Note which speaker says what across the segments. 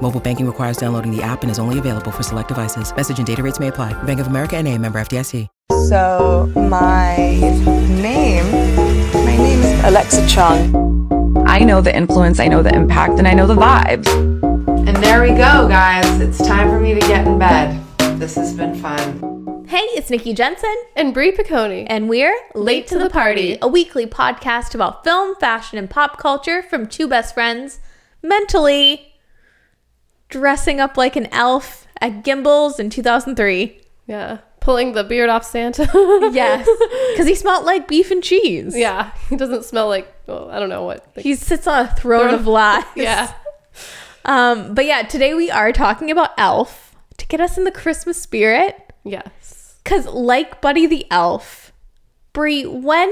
Speaker 1: Mobile banking requires downloading the app and is only available for select devices. Message and data rates may apply. Bank of America and a member FDIC.
Speaker 2: So my name, my name is Alexa Chung.
Speaker 3: I know the influence, I know the impact, and I know the vibes.
Speaker 4: And there we go, guys. It's time for me to get in bed. This has been fun.
Speaker 5: Hey, it's Nikki Jensen,
Speaker 6: and Brie Piccone.
Speaker 5: and we're Late to the Party, a weekly podcast about film, fashion, and pop culture from two best friends mentally dressing up like an elf at Gimbals in 2003.
Speaker 6: yeah, pulling the beard off Santa.
Speaker 5: Yes, because he smelled like beef and cheese.
Speaker 6: yeah, he doesn't smell like. Well, I don't know what. like-
Speaker 5: He sits on a throne of lies.
Speaker 6: yeah,
Speaker 5: Um, but yeah, today we are talking about Elf to get us in the Christmas spirit.
Speaker 6: yes.
Speaker 5: Cause like Buddy the Elf, Brie, when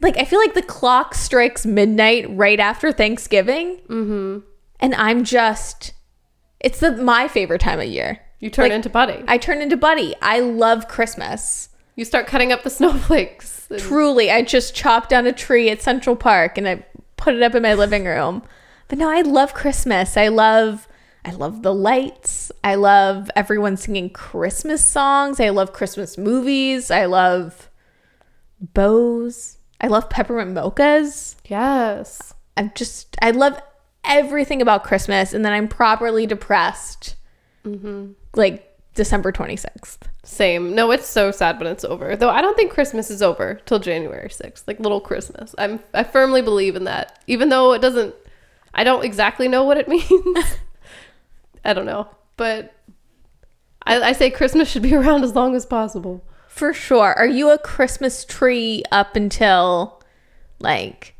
Speaker 5: like I feel like the clock strikes midnight right after Thanksgiving. Mm-hmm. And I'm just it's the my favorite time of year.
Speaker 6: You turn
Speaker 5: Like,
Speaker 6: into Buddy.
Speaker 5: I turn into Buddy. I love Christmas.
Speaker 6: you start cutting up the snowflakes. and-
Speaker 5: Truly, I just chopped down a tree at Central Park and I put it up in my living room. But no, I love Christmas. I love I love the lights. I love everyone singing Christmas songs. I love Christmas movies. I love bows. I love peppermint mochas.
Speaker 6: yes.
Speaker 5: I'm just I love everything about Christmas and then I'm properly depressed. Like December 26th.
Speaker 6: Same. No, it's so sad when it's over. Though I don't think Christmas is over till January 6th, like little Christmas. I'm I firmly believe in that. Even though it doesn't I don't exactly know what it means. I don't know. But I, I say Christmas should be around as long as possible.
Speaker 5: For sure. Are you a Christmas tree up until like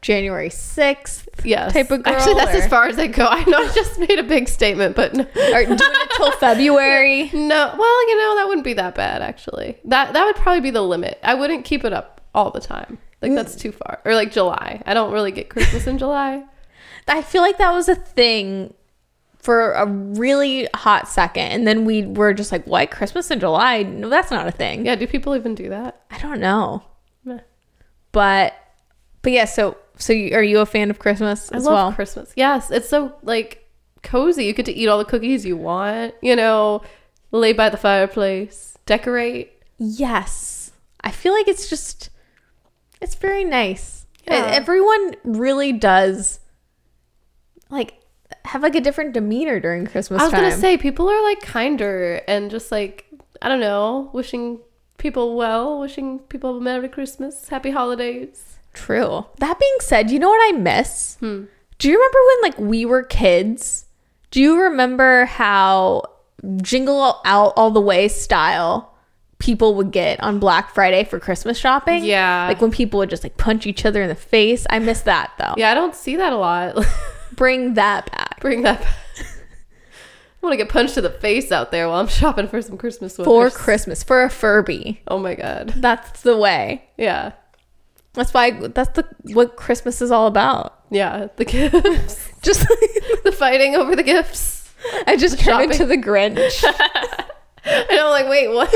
Speaker 5: January 6th?
Speaker 6: Yes.
Speaker 5: Type of girl,
Speaker 6: Actually, that's as
Speaker 5: or-
Speaker 6: far as I go. I know I just made a big statement, but no.
Speaker 5: Or doing it till February?
Speaker 6: No, well, you know that wouldn't be that bad actually. That that would probably be the limit. I wouldn't keep it up all the time. Like that's too far. Or like July. I don't really get Christmas in July.
Speaker 5: I feel like that was a thing for a really hot second. And then we were just like, what? Christmas in July? No, that's not a thing.
Speaker 6: Yeah, do people even do that?
Speaker 5: I don't know.
Speaker 6: Meh.
Speaker 5: But, but yeah, so, so you, are you a fan of Christmas
Speaker 6: I
Speaker 5: as
Speaker 6: love
Speaker 5: well?
Speaker 6: Christmas. Yes, it's so like cozy. You get to eat all the cookies you want. You know, lay by the fireplace, decorate.
Speaker 5: Yes. I feel like it's just it's very nice. E-
Speaker 6: Yeah.
Speaker 5: Everyone really does like have like a different demeanor during Christmas
Speaker 6: I was
Speaker 5: time.
Speaker 6: gonna say people are like kinder and just like I don't know, wishing people well, wishing people a Merry Christmas, Happy Holidays.
Speaker 5: true. That being said, you know what I miss?
Speaker 6: Hmm.
Speaker 5: Do you remember when like we were kids? Do you remember how jingle out all the way style people would get on Black Friday for Christmas shopping?
Speaker 6: Yeah.
Speaker 5: Like when people would just like punch each other in the face. I miss that though.
Speaker 6: Yeah, I don't see that a lot.
Speaker 5: Bring that back.
Speaker 6: Bring that. back. I want to get punched in the face out there while I'm shopping for some Christmas
Speaker 5: for
Speaker 6: sweaters.
Speaker 5: Christmas for a Furby.
Speaker 6: Oh my god.
Speaker 5: That's the way.
Speaker 6: Yeah.
Speaker 5: That's why. That's the what Christmas is all about.
Speaker 6: Yeah. The gifts.
Speaker 5: Just
Speaker 6: the fighting over the gifts.
Speaker 5: I just turned
Speaker 6: shopping.
Speaker 5: into the Grinch.
Speaker 6: And I'm like, wait, what?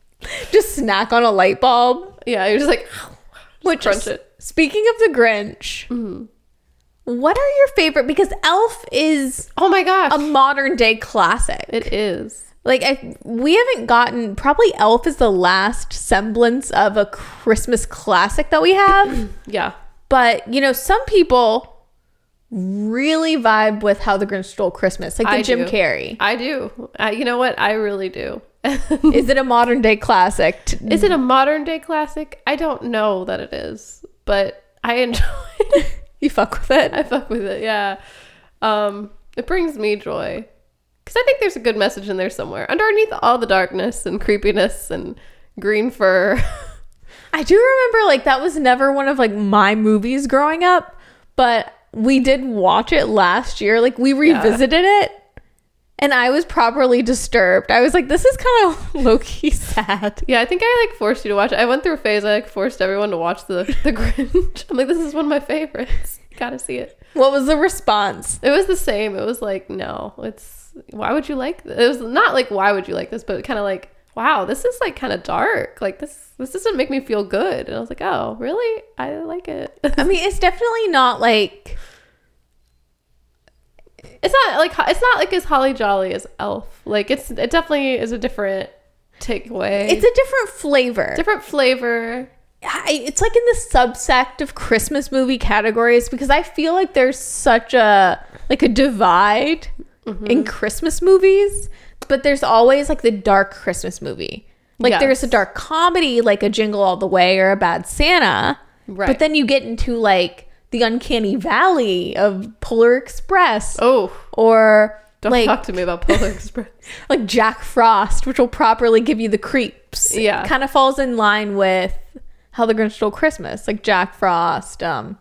Speaker 5: just snack on a light bulb.
Speaker 6: yeah. You're just like,
Speaker 5: Which
Speaker 6: crunch it. Mm-hmm.
Speaker 5: speaking of the Grinch, what are your favorite? Because Elf is
Speaker 6: oh my gosh.
Speaker 5: a modern day classic.
Speaker 6: it is.
Speaker 5: like I, we haven't gotten probably Elf is the last semblance of a Christmas classic that we have.
Speaker 6: Yeah.
Speaker 5: But you know, some people really vibe with how the Grinch stole Christmas, like the
Speaker 6: I
Speaker 5: Jim
Speaker 6: do.
Speaker 5: Carrey.
Speaker 6: I do. I, you know what? I really do.
Speaker 5: Is it a modern day classic? T-
Speaker 6: is it a modern day classic? I don't know that it is, but I enjoy it.
Speaker 5: You fuck with it.
Speaker 6: I fuck with it. Yeah. Um, it brings me joy because I think there's a good message in there somewhere underneath all the darkness and creepiness and green fur.
Speaker 5: I do remember like that was never one of like my movies growing up, but we did watch it last year. Like we revisited it. And I was properly disturbed. I was like, this is kind of low key sad.
Speaker 6: Yeah, I think I like forced you to watch. it. I went through a phase. I like forced everyone to watch the the Grinch. I'm like, this is one of my favorites. Gotta see it.
Speaker 5: What was the response?
Speaker 6: It was the same. It was like, no, it's why would you like this? It was not like why would you like this, but kind of like, wow, this is like kind of dark. Like this this doesn't make me feel good. And I was like, oh, really? I like it.
Speaker 5: I mean, it's definitely not like
Speaker 6: it's not like it's not like as holly jolly as Elf. Like it's it definitely is a different takeaway.
Speaker 5: it's a different flavor.
Speaker 6: different flavor.
Speaker 5: I, it's like in the subsect of Christmas movie categories because I feel like there's such a like a divide
Speaker 6: Mm-hmm.
Speaker 5: in Christmas movies, but there's always like the dark Christmas movie. Like there's a
Speaker 6: Yes.
Speaker 5: dark comedy like a Jingle All the Way or a Bad Santa. But
Speaker 6: Right.
Speaker 5: then you get into like the uncanny valley of Polar Express
Speaker 6: Oh,
Speaker 5: or
Speaker 6: don't
Speaker 5: like
Speaker 6: talk to me about Polar Express.
Speaker 5: like Jack Frost, which will properly give you the creeps.
Speaker 6: Yeah.
Speaker 5: Kind of falls in line with How the Grinch Stole Christmas, like Jack Frost. Um,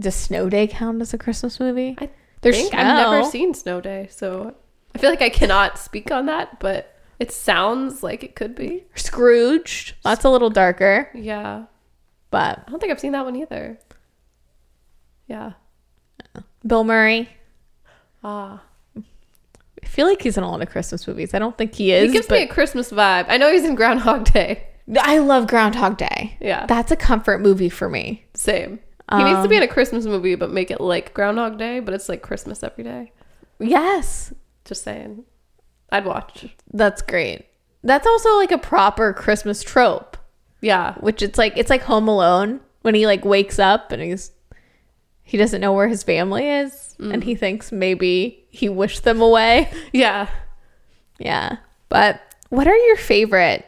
Speaker 5: does Snow Day count as a Christmas movie?
Speaker 6: I
Speaker 5: There's
Speaker 6: think I've never
Speaker 5: snow.
Speaker 6: seen Snow Day, so I feel like I cannot speak on that, but it sounds like it could be.
Speaker 5: Scrooged. That's a little darker,
Speaker 6: Yeah.
Speaker 5: but
Speaker 6: I don't think I've seen that one either. Yeah.
Speaker 5: Bill Murray.
Speaker 6: Ah.
Speaker 5: I feel like he's in a lot of Christmas movies. I don't think he
Speaker 6: It
Speaker 5: is.
Speaker 6: gives
Speaker 5: but
Speaker 6: me a Christmas vibe. I know he's in Groundhog Day.
Speaker 5: I love Groundhog Day.
Speaker 6: Yeah.
Speaker 5: That's a comfort movie for me.
Speaker 6: Same. He needs
Speaker 5: um,
Speaker 6: to be in a Christmas movie, but make it like Groundhog Day, but it's like Christmas every day.
Speaker 5: Yes.
Speaker 6: Just saying. I'd watch.
Speaker 5: That's great. That's also like a proper Christmas trope.
Speaker 6: Yeah.
Speaker 5: which it's like it's like home alone when he like wakes up and he's he doesn't know where his family is and he thinks maybe he wished them away
Speaker 6: Yeah.
Speaker 5: yeah but what are your favorite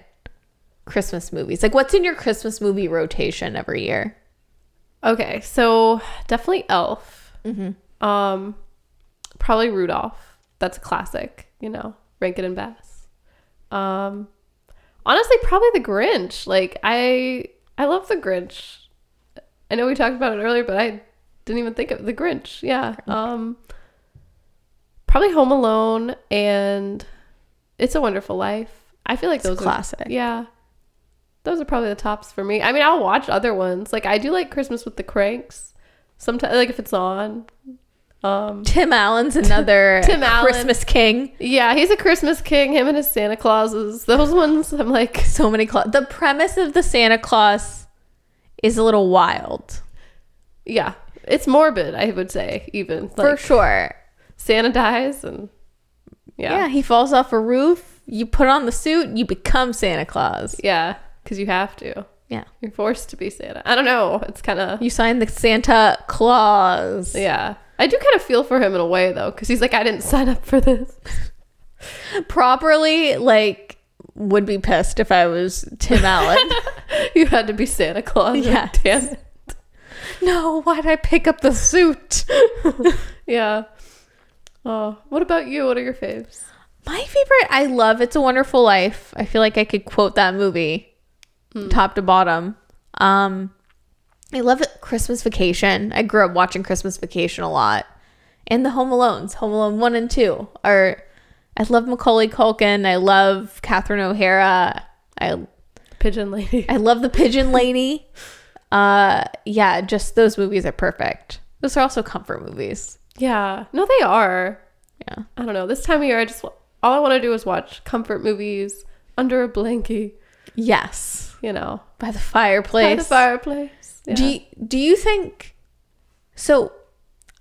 Speaker 5: christmas movies like what's in your christmas movie rotation every year
Speaker 6: Okay, so definitely Elf.
Speaker 5: Mm-hmm.
Speaker 6: Um, probably Rudolph. That's a classic, you know, Rankin and Bass. Um, honestly, probably the Grinch. Like I, I love the Grinch. I know we talked about it earlier, but I didn't even think of the Grinch. Yeah. Um, probably Home Alone and It's a Wonderful Life. I feel like
Speaker 5: a
Speaker 6: those are-
Speaker 5: classic.
Speaker 6: yeah. Those are probably the tops for me. I mean, I'll watch other ones. Like I do like Christmas with the Cranks. Sometimes, like if it's on. Um,
Speaker 5: tim allen's another
Speaker 6: Tim Allen.
Speaker 5: christmas king
Speaker 6: yeah, he's a Christmas king. Him and his Santa Clauses. Those ones, I'm like,
Speaker 5: so many cla the premise of the santa claus is a little wild
Speaker 6: yeah, it's morbid. I would say even like
Speaker 5: for sure
Speaker 6: Santa dies and
Speaker 5: yeah
Speaker 6: yeah,
Speaker 5: he falls off a roof you put on the suit you become santa claus
Speaker 6: yeah, because you have to.
Speaker 5: yeah
Speaker 6: You're forced to be Santa. I don't know. It's kind of
Speaker 5: You signed the Santa Claus.
Speaker 6: yeah. I do kind of feel for him in a way though, because he's like, I didn't sign up for this.
Speaker 5: Properly, like, would be pissed if I was Tim Allen.
Speaker 6: you had to be Santa Claus. "Oh, Yeah,
Speaker 5: Yes.
Speaker 6: damn it.
Speaker 5: no, why'd I pick up the suit?
Speaker 6: Yeah. Oh, what about you? What are your faves?
Speaker 5: My favorite, I love It's a Wonderful Life. I feel like I could quote that movie top to bottom. Um, I love it, Christmas Vacation. I grew up watching Christmas Vacation a lot. And the Home Alones, Home Alone 1 and 2 are. I love Macaulay Culkin. I love Catherine O'Hara. I
Speaker 6: Pigeon Lady.
Speaker 5: I love the Pigeon Lady. Uh, yeah, just those movies are perfect. Those are also comfort movies.
Speaker 6: Yeah. No, they are.
Speaker 5: Yeah.
Speaker 6: I don't know. This time of year, I just all I want to do is watch comfort movies under a blankie.
Speaker 5: Yes,
Speaker 6: You know,
Speaker 5: by the
Speaker 6: by
Speaker 5: fireplace.
Speaker 6: the fireplace. Yeah.
Speaker 5: Do you, do you think? So,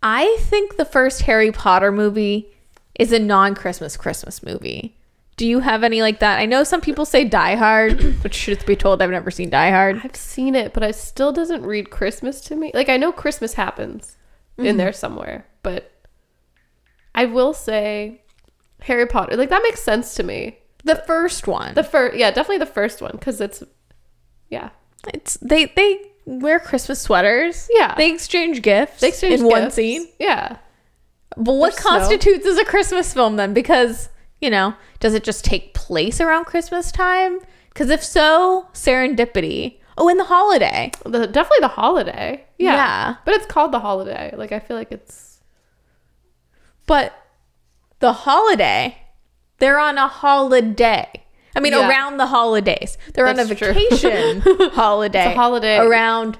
Speaker 5: I think the first Harry Potter movie is a non-Christmas Christmas movie. Do you have any like that? I know some people say Die Hard, which truth be told, I've never seen Die Hard.
Speaker 6: I've seen it, but it still doesn't read Christmas to me. Like I know Christmas happens
Speaker 5: Mm-hmm.
Speaker 6: in there somewhere, but I will say Harry Potter. Like that makes sense to me.
Speaker 5: The first one.
Speaker 6: The first, yeah, definitely the first one because it's, yeah,
Speaker 5: it's they they wear Christmas sweaters.
Speaker 6: Yeah.
Speaker 5: they exchange gifts.
Speaker 6: they exchange
Speaker 5: in one
Speaker 6: gifts.
Speaker 5: scene.
Speaker 6: Yeah,
Speaker 5: But what
Speaker 6: There's snow.
Speaker 5: constitutes as a Christmas film then? Because, you know, does it just take place around Christmas time? Because if so, serendipity. Oh, and the holiday.
Speaker 6: the, definitely the holiday. Yeah.
Speaker 5: Yeah.
Speaker 6: but it's called the holiday. Like I feel like it's
Speaker 5: But the holiday. They're on a holiday. I mean,
Speaker 6: Yeah.
Speaker 5: around the holidays. They're on a
Speaker 6: That's true.
Speaker 5: vacation holiday.
Speaker 6: holiday.
Speaker 5: Around.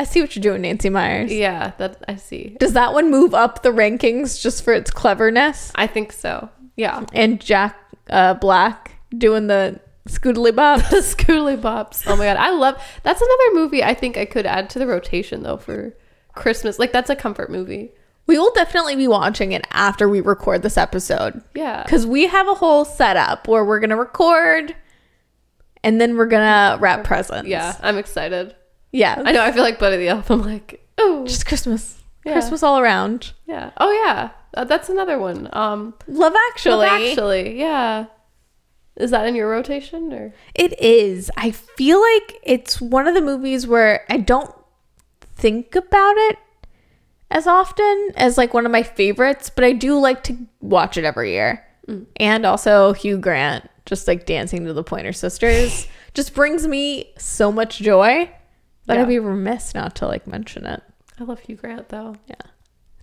Speaker 5: I see what you're doing, Nancy Myers.
Speaker 6: Yeah, that I see.
Speaker 5: Does that one move up the rankings just for its cleverness?
Speaker 6: I think so. Yeah.
Speaker 5: And Jack uh, Black doing the scoodly bop.
Speaker 6: The Scooly Bops. Oh my god, I love. That's another movie I think I could add to the rotation though for Christmas. Like that's a comfort movie.
Speaker 5: We will definitely be watching it after we record this episode.
Speaker 6: Yeah.
Speaker 5: Because we have a whole setup where we're going to record and then we're going to wrap presents.
Speaker 6: Yeah, I'm excited.
Speaker 5: Yeah.
Speaker 6: I know. I feel like Buddy the Elf. I'm like, oh,
Speaker 5: Just Christmas.
Speaker 6: Yeah.
Speaker 5: Christmas all around.
Speaker 6: yeah. Oh yeah. Uh, that's another one. Um,
Speaker 5: Love actually.
Speaker 6: Love actually, yeah. Is that in your rotation or?
Speaker 5: It is. I feel like it's one of the movies where I don't think about it as often as like one of my favorites, but I do like to watch it every year. And also Hugh Grant just like dancing to the Pointer Sisters just brings me so much joy that
Speaker 6: Yeah.
Speaker 5: I'd be remiss not to like mention it.
Speaker 6: I love Hugh Grant though.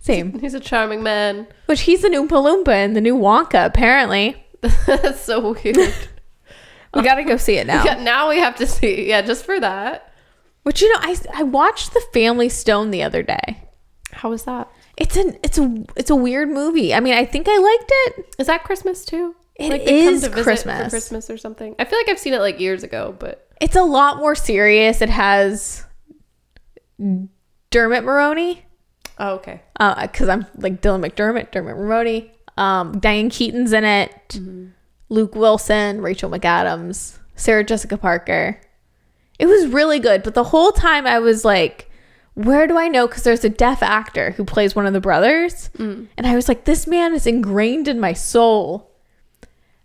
Speaker 5: Same.
Speaker 6: He's a charming man.
Speaker 5: Which he's an Oompa Loompa in the new Wonka, apparently.
Speaker 6: That's so weird.
Speaker 5: Oh. We gotta go see it now.
Speaker 6: Yeah, now we have to see. Yeah, just for that.
Speaker 5: But you know, I I watched The Family Stone the other day.
Speaker 6: How was that?
Speaker 5: It's an it's a it's a weird movie. I mean, I think I liked it.
Speaker 6: Is that Christmas too?
Speaker 5: It
Speaker 6: they come
Speaker 5: is
Speaker 6: to visit
Speaker 5: Christmas.
Speaker 6: For Christmas or something. I feel like I've seen it like years ago, but
Speaker 5: It's a lot more serious. It has Dermot Maroney
Speaker 6: oh okay.
Speaker 5: because Uh, I'm like Dylan McDermott, Dermot Maroney, um, Diane Keaton's in it, Luke Wilson, Rachel McAdams, Sarah Jessica Parker. It was really good, but the whole time I was like, where do I know? Because there's a deaf actor who plays one of the brothers, and I was like, this man is ingrained in my soul.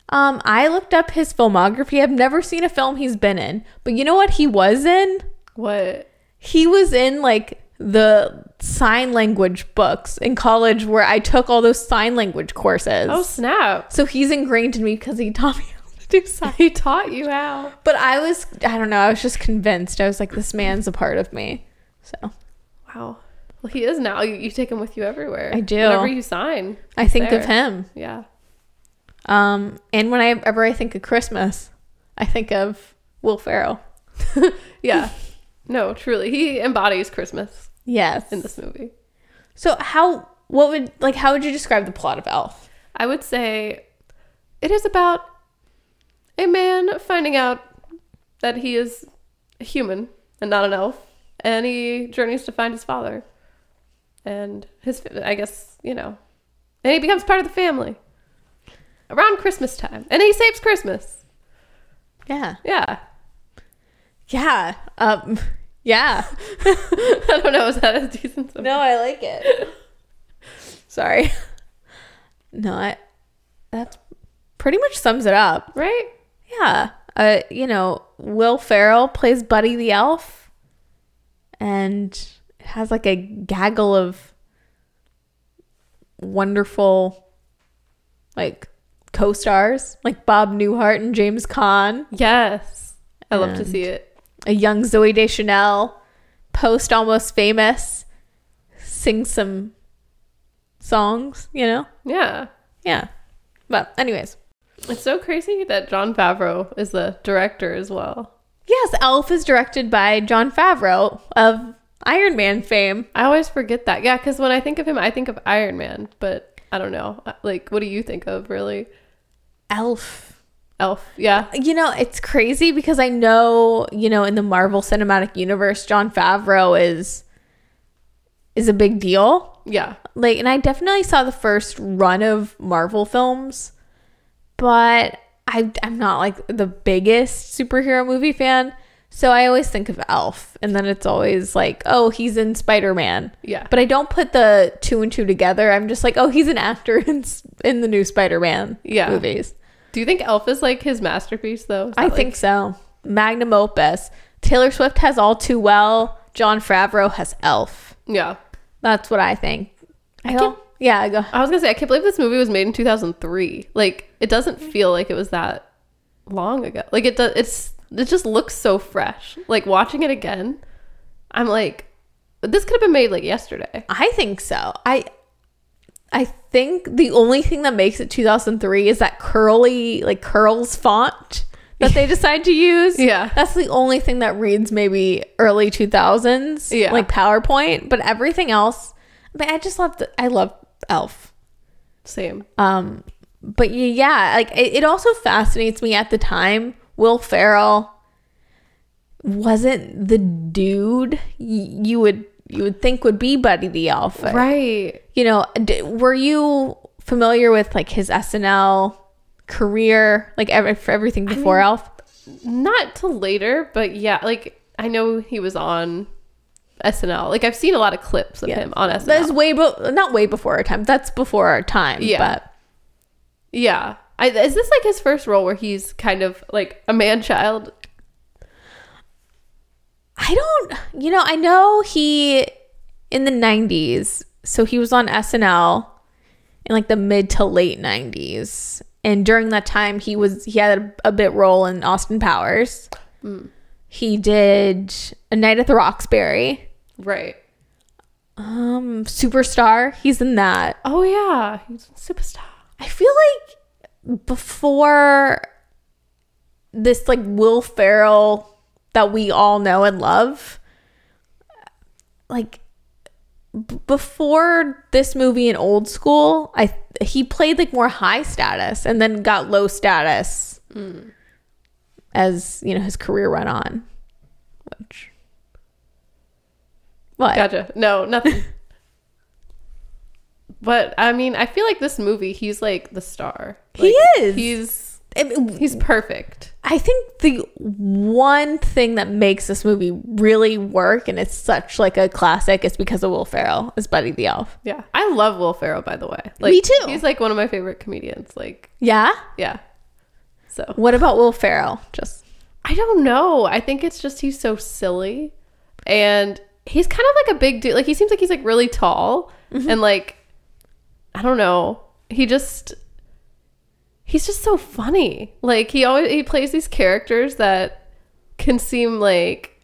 Speaker 5: Um, I looked up his filmography. I've never seen a film he's been in, but you know what he was in?
Speaker 6: What?
Speaker 5: he was in like the sign language books in college where I took all those sign language courses.
Speaker 6: Oh snap!
Speaker 5: so he's ingrained in me because he taught me how to do sign.
Speaker 6: He taught you how.
Speaker 5: But I was, I don't know, I was just convinced. I was like, this man's a part of me. So
Speaker 6: Wow. Well, he is now. You, you take him with you everywhere.
Speaker 5: I do.
Speaker 6: Whenever you sign,
Speaker 5: I
Speaker 6: he's
Speaker 5: think
Speaker 6: there.
Speaker 5: of him.
Speaker 6: Yeah.
Speaker 5: Um, and whenever I think of Christmas, I think of Will Ferrell.
Speaker 6: Yeah. no, truly, he embodies Christmas
Speaker 5: Yes.
Speaker 6: in this movie.
Speaker 5: So how, what would, like, how would you describe the plot of Elf?
Speaker 6: I would say it is about a man finding out that he is a human and not an elf, and he journeys to find his father. And his, I guess, you know, and he becomes part of the family around Christmas time, and he saves Christmas.
Speaker 5: Yeah.
Speaker 6: Yeah.
Speaker 5: Yeah. Um, yeah.
Speaker 6: I don't know, is that a decent summary?
Speaker 5: No, I like it. Sorry. No, I, that's pretty much sums it up.
Speaker 6: Right?
Speaker 5: Yeah. Uh, you know, Will Ferrell plays Buddy the Elf, and it has like a gaggle of wonderful, like, co-stars like Bob Newhart and James Caan,
Speaker 6: Yes. I love to see it.
Speaker 5: a young Zoe Deschanel, post almost famous, sing some songs, you know?
Speaker 6: Yeah.
Speaker 5: Yeah. But anyways.
Speaker 6: It's so crazy that John Favreau is the director as well.
Speaker 5: Yes, Elf is directed by John Favreau of Iron Man fame.
Speaker 6: I always forget that. Yeah, because when I think of him, I think of Iron Man, but I don't know. Uh, Like, what do you think of really?
Speaker 5: Elf.
Speaker 6: Elf. Yeah.
Speaker 5: You know, it's crazy because I know, you know, in the Marvel Cinematic Universe, John Favreau is is a big deal.
Speaker 6: Yeah.
Speaker 5: like and I definitely saw the first run of Marvel films, but I I'm not like the biggest superhero movie fan. So I always think of Elf and then it's always like, oh, he's in Spider-Man.
Speaker 6: Yeah.
Speaker 5: But I don't put the two and two together. I'm just like, oh, he's an actor in s- in the new Spider-Man
Speaker 6: Yeah.
Speaker 5: movies.
Speaker 6: Do you think Elf is like his masterpiece, though? Is
Speaker 5: I
Speaker 6: that,
Speaker 5: think
Speaker 6: like-
Speaker 5: so. Magnum opus. Taylor Swift has All Too Well. John Favreau has Elf.
Speaker 6: Yeah.
Speaker 5: That's what I think. I,
Speaker 6: can't-
Speaker 5: don't. Yeah, go.
Speaker 6: I was going to say, I can't believe this movie was made in 2003. Like, it doesn't feel like it was that long ago. Like, it does, it's, it just looks so fresh. Like, watching it again, I'm like, this could have been made like yesterday.
Speaker 5: I think so. I I think the only thing that makes it 2003 is that curly, like curls font that they decide to use.
Speaker 6: Yeah.
Speaker 5: That's the only thing that reads maybe early 2000s,
Speaker 6: Yeah.
Speaker 5: like PowerPoint, but everything else. But I just love, I love Elf.
Speaker 6: Same.
Speaker 5: Um, but y- yeah, like it, it also fascinates me at the time. Will Ferrell wasn't the dude y- you would you would think would be Buddy the Elf,
Speaker 6: Right.
Speaker 5: You know, d- were you familiar with like his SNL career, like every, for everything before Elf?
Speaker 6: Not till later, but yeah, like I know he was on SNL. Like I've seen a lot of clips of him on SNL.
Speaker 5: That's way, be- not way before our time. That's before our time.
Speaker 6: Yeah.
Speaker 5: but
Speaker 6: yeah. I, is this like his first role where he's kind of like a man child?
Speaker 5: I don't, you know, I know he in the 90s, so he was on SNL in like the mid to late 90s. And during that time, he was, he had a, a bit role in Austin Powers. He did A Night at the Roxbury,
Speaker 6: Right.
Speaker 5: um, Superstar. He's in that.
Speaker 6: Oh yeah, he was a superstar.
Speaker 5: I feel like before this, like Will Ferrell that we all know and love, like b- before this movie in Old School, I he played like more high status and then got low status
Speaker 6: Mm.
Speaker 5: as you know his career went on. Which what?
Speaker 6: Gotcha. No, nothing. but I mean, I feel like this movie, he's like the star.
Speaker 5: He
Speaker 6: Like,
Speaker 5: is.
Speaker 6: He's
Speaker 5: It-
Speaker 6: he's perfect.
Speaker 5: I think the one thing that makes this movie really work and it's such like a classic is because of Will Ferrell as Buddy the Elf.
Speaker 6: Yeah, I love Will Ferrell. By the way, like
Speaker 5: Me too.
Speaker 6: He's like one of my favorite comedians. Like,
Speaker 5: Yeah?
Speaker 6: yeah. So
Speaker 5: What about Will Ferrell? Just
Speaker 6: I don't know. I think it's just he's so silly, and he's kind of like a big dude. Like he seems like he's like really tall, and like I don't know. He just he's just so funny. Like he always he plays these characters that can seem like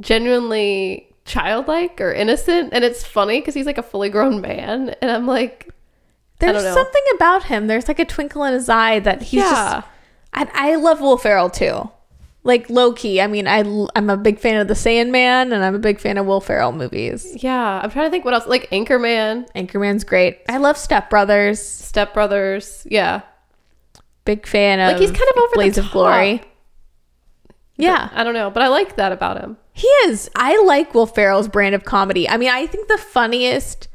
Speaker 6: genuinely childlike or innocent, and it's funny because he's like a fully grown man, and I'm like,
Speaker 5: there's
Speaker 6: know.
Speaker 5: something about him. There's like a twinkle in his eye that he's
Speaker 6: Yeah.
Speaker 5: just I, I love Will Ferrell too. Like low key. I mean, I l- I'm a big fan of The Sandman and I'm a big fan of Will Ferrell movies.
Speaker 6: yeah, I'm trying to think what else. Like Anchorman,
Speaker 5: Anchorman's great. I love Step Brothers.
Speaker 6: Step Brothers, yeah.
Speaker 5: Big fan of
Speaker 6: Like, he's kind of over the
Speaker 5: Blades of
Speaker 6: top.
Speaker 5: Glory. Yeah.
Speaker 6: I don't know, but I like that about him.
Speaker 5: He is. I like Will Ferrell's brand of comedy. I mean, I think the funniest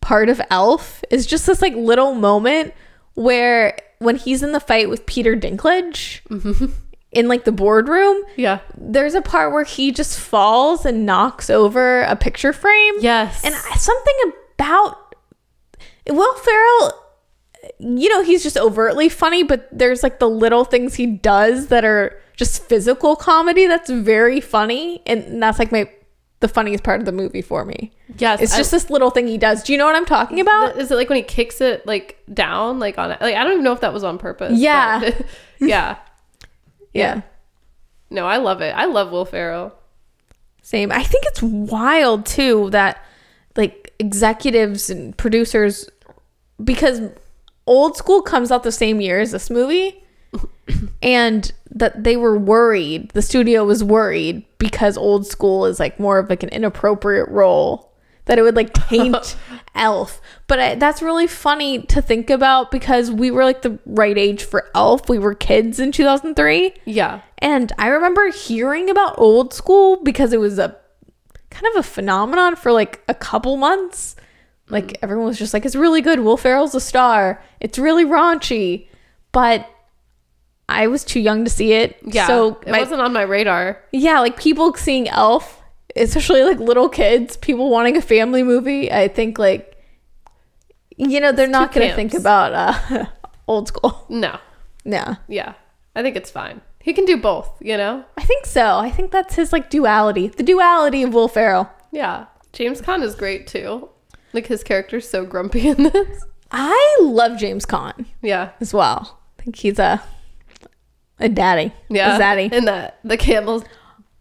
Speaker 5: part of Elf is just this like little moment where when he's in the fight with Peter Dinklage in like the boardroom,
Speaker 6: Yeah.
Speaker 5: there's a part where he just falls and knocks over a picture frame.
Speaker 6: Yes.
Speaker 5: And I- something about Will Ferrell, you know, he's just overtly funny, but there's like the little things he does that are just physical comedy that's very funny, and that's like my the funniest part of the movie for me.
Speaker 6: Yes,
Speaker 5: it's
Speaker 6: I-
Speaker 5: just this little thing he does. Do you know what I'm talking about?
Speaker 6: is it like when he kicks it like down like on like I don't even know if that was on purpose.
Speaker 5: Yeah.
Speaker 6: but- yeah.
Speaker 5: yeah.
Speaker 6: No, I love it. I love Will Ferrell.
Speaker 5: Same. I think it's wild too that like executives and producers because old school comes out the same year as this movie and that they were worried the studio was worried because old school is like more of like an inappropriate role that it would like taint elf but I, that's really funny to think about because we were like the right age for elf we were kids in 2003
Speaker 6: Yeah.
Speaker 5: and I remember hearing about old school because it was a kind of a phenomenon for like a couple months. Like everyone was just like, it's really good. Will Ferrell's a star. It's really raunchy. But I was too young to see it.
Speaker 6: Yeah.
Speaker 5: So
Speaker 6: it
Speaker 5: my-
Speaker 6: wasn't on my radar.
Speaker 5: yeah, like people seeing Elf, especially like little kids, people wanting a family movie. I think like, you know, they're not going to think
Speaker 6: camps.
Speaker 5: about uh, old school.
Speaker 6: No.
Speaker 5: Yeah.
Speaker 6: Yeah. I think it's fine. He can do both, you know?
Speaker 5: I think so. I think that's his like duality, the duality of Will Ferrell.
Speaker 6: Yeah. James Conn is great too. Like his character's so grumpy in this.
Speaker 5: I love James Caan
Speaker 6: Yeah.
Speaker 5: as well. I think he's a a daddy.
Speaker 6: Yeah.
Speaker 5: a daddy.
Speaker 6: And that the camel's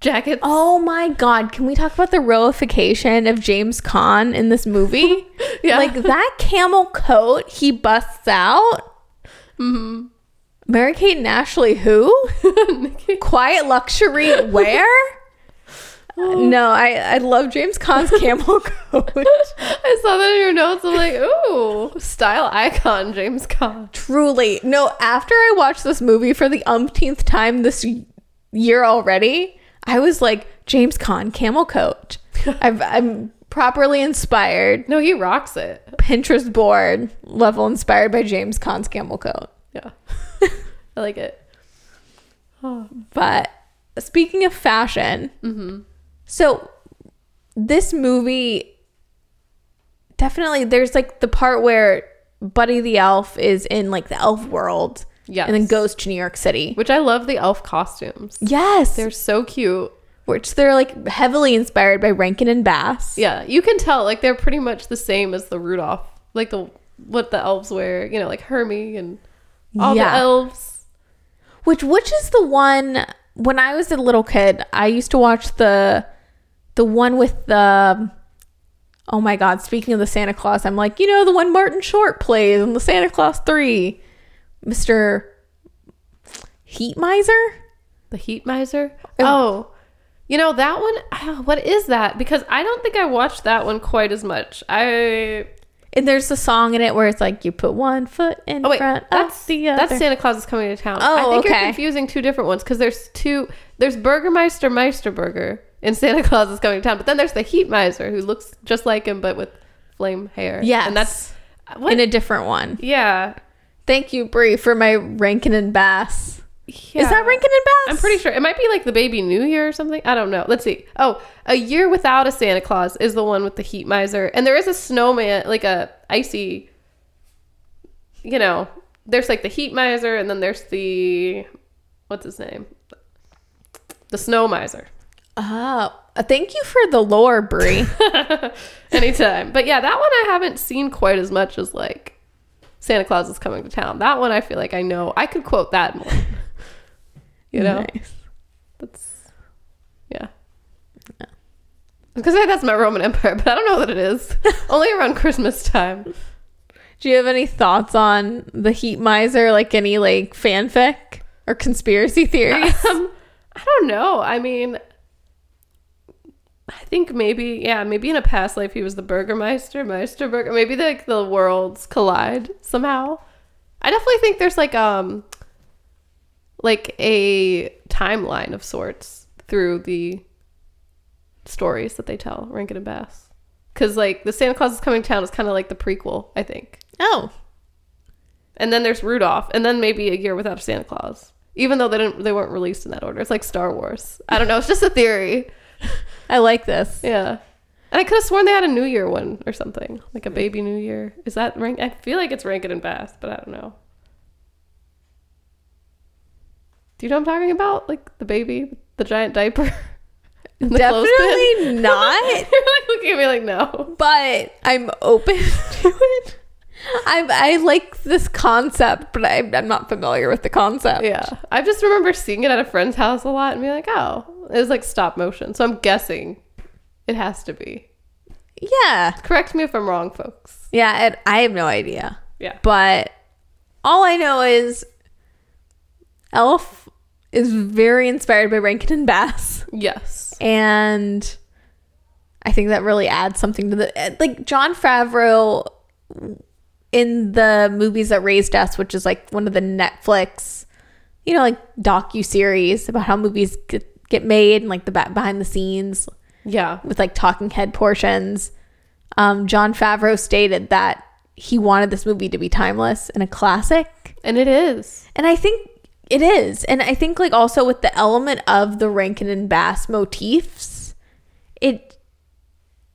Speaker 6: jackets.
Speaker 5: Oh my God. Can we talk about the roification of James Caan in this movie?
Speaker 6: Yeah.
Speaker 5: Like that camel coat he busts out. Mm-hmm. Mary Kate and Ashley, who? Quiet luxury wear? no, I, I love James Caan's camel coat.
Speaker 6: I saw that in your notes. I'm like, ooh, style icon James Caan.
Speaker 5: Truly. No, after I watched this movie for the umpteenth time this y- year already, I was like, James Caan, camel coat. I've, I'm properly inspired.
Speaker 6: No, he rocks it.
Speaker 5: Pinterest board level inspired by James Caan's camel coat.
Speaker 6: Yeah, I like it.
Speaker 5: But speaking of fashion,
Speaker 6: Mm-hmm.
Speaker 5: so this movie definitely there's like the part where Buddy the Elf is in like the elf world,
Speaker 6: Yes.
Speaker 5: and then goes to New York City.
Speaker 6: Which I love the elf costumes.
Speaker 5: Yes,
Speaker 6: They're so cute.
Speaker 5: which they're like heavily inspired by Rankin and Bass.
Speaker 6: Yeah, you can tell like they're pretty much the same as the Rudolph, like the what the elves wear. You know, like Hermie and all
Speaker 5: Yeah.
Speaker 6: the elves.
Speaker 5: Which which is the one when I was a little kid, I used to watch the the one with the Oh my god, speaking of the Santa Claus, I'm like, you know, the one Martin Short plays in the Santa Claus 3. Mr. Heat Miser?
Speaker 6: The heat miser. Oh, you know that one. ah, What is that? Because I don't think I watched that one quite as much. I
Speaker 5: And there's a song in it where it's like you put one foot in
Speaker 6: oh wait,
Speaker 5: front
Speaker 6: that's
Speaker 5: of the other.
Speaker 6: that's Santa Claus is coming to town. I
Speaker 5: Oh,
Speaker 6: think you're
Speaker 5: okay.
Speaker 6: confusing two different ones because there's two. There's Burgermeister Meisterburger and Santa Claus is coming to town, but then there's the heat miser who looks just like him but with flame hair.
Speaker 5: Yes.
Speaker 6: and that's uh, what.
Speaker 5: in a different one.
Speaker 6: yeah,
Speaker 5: Thank you, Brie, for my Rankin and Bass. Is
Speaker 6: Yeah.
Speaker 5: that Rankin and Bass?
Speaker 6: I'm pretty sure it might be like the baby New Year or something. I don't know. Let's see. Oh, a year without a Santa Claus is the one with the heat miser, and there is a snowman, like a icy. You know, there's like the heat miser, and then there's the, what's his name, the snow miser.
Speaker 5: Oh, thank you for the lore, Brie.
Speaker 6: Anytime, but yeah, that one I haven't seen quite as much as like Santa Claus is coming to town. That one I feel like I know. I could quote that more. You know.
Speaker 5: Nice.
Speaker 6: That's yeah. I was gonna say that's my Roman Empire, but I don't know that it is. Only around Christmas time.
Speaker 5: Do you have any thoughts on the heat miser? Like any like fanfic or conspiracy theories?
Speaker 6: Um, I don't know. I mean, I think maybe yeah, maybe in a past life he was the Burgermeister, Meisterburger. Maybe like the worlds collide somehow. I definitely think there's like um, like a timeline of sorts through the stories that they tell Rankin and Bass. Because like the Santa Claus is coming to town is kind of like the prequel, I think.
Speaker 5: oh,
Speaker 6: And then there's Rudolph, and then maybe a year without a Santa Claus. Even though they didn't, they weren't released in that order. It's like Star Wars. I don't know. It's just a theory.
Speaker 5: I like this.
Speaker 6: Yeah. And I could have sworn they had a New Year one or something, like a baby New Year. Is that rank? I feel like it's Rankin and Bass, but I don't know. Do you know what I'm talking about? Like the baby, with the giant diaper, and the clothespin?
Speaker 5: Definitely not.
Speaker 6: You're like looking at me like no.
Speaker 5: But I'm open to it. I I like this concept, but I, I'm not familiar with the concept.
Speaker 6: Yeah, I just remember seeing it at a friend's house a lot and being like, oh, it was like stop motion. So I'm guessing it has to be.
Speaker 5: yeah,
Speaker 6: Correct me if I'm wrong, folks.
Speaker 5: yeah. It, I have no idea,
Speaker 6: Yeah,
Speaker 5: but all I know is Elf is very inspired by Rankin and Bass.
Speaker 6: yes,
Speaker 5: and I think that really adds something to the eh, like John Favreau in the movies that raised us, which is like one of the Netflix, you know, like docu series about how movies get, get made and like the ba- behind the scenes
Speaker 6: yeah,
Speaker 5: with like talking head portions. Um, John Favreau stated that he wanted this movie to be timeless and a classic.
Speaker 6: and it is.
Speaker 5: And I think it is. And I think like also with the element of the Rankin and Bass motifs, it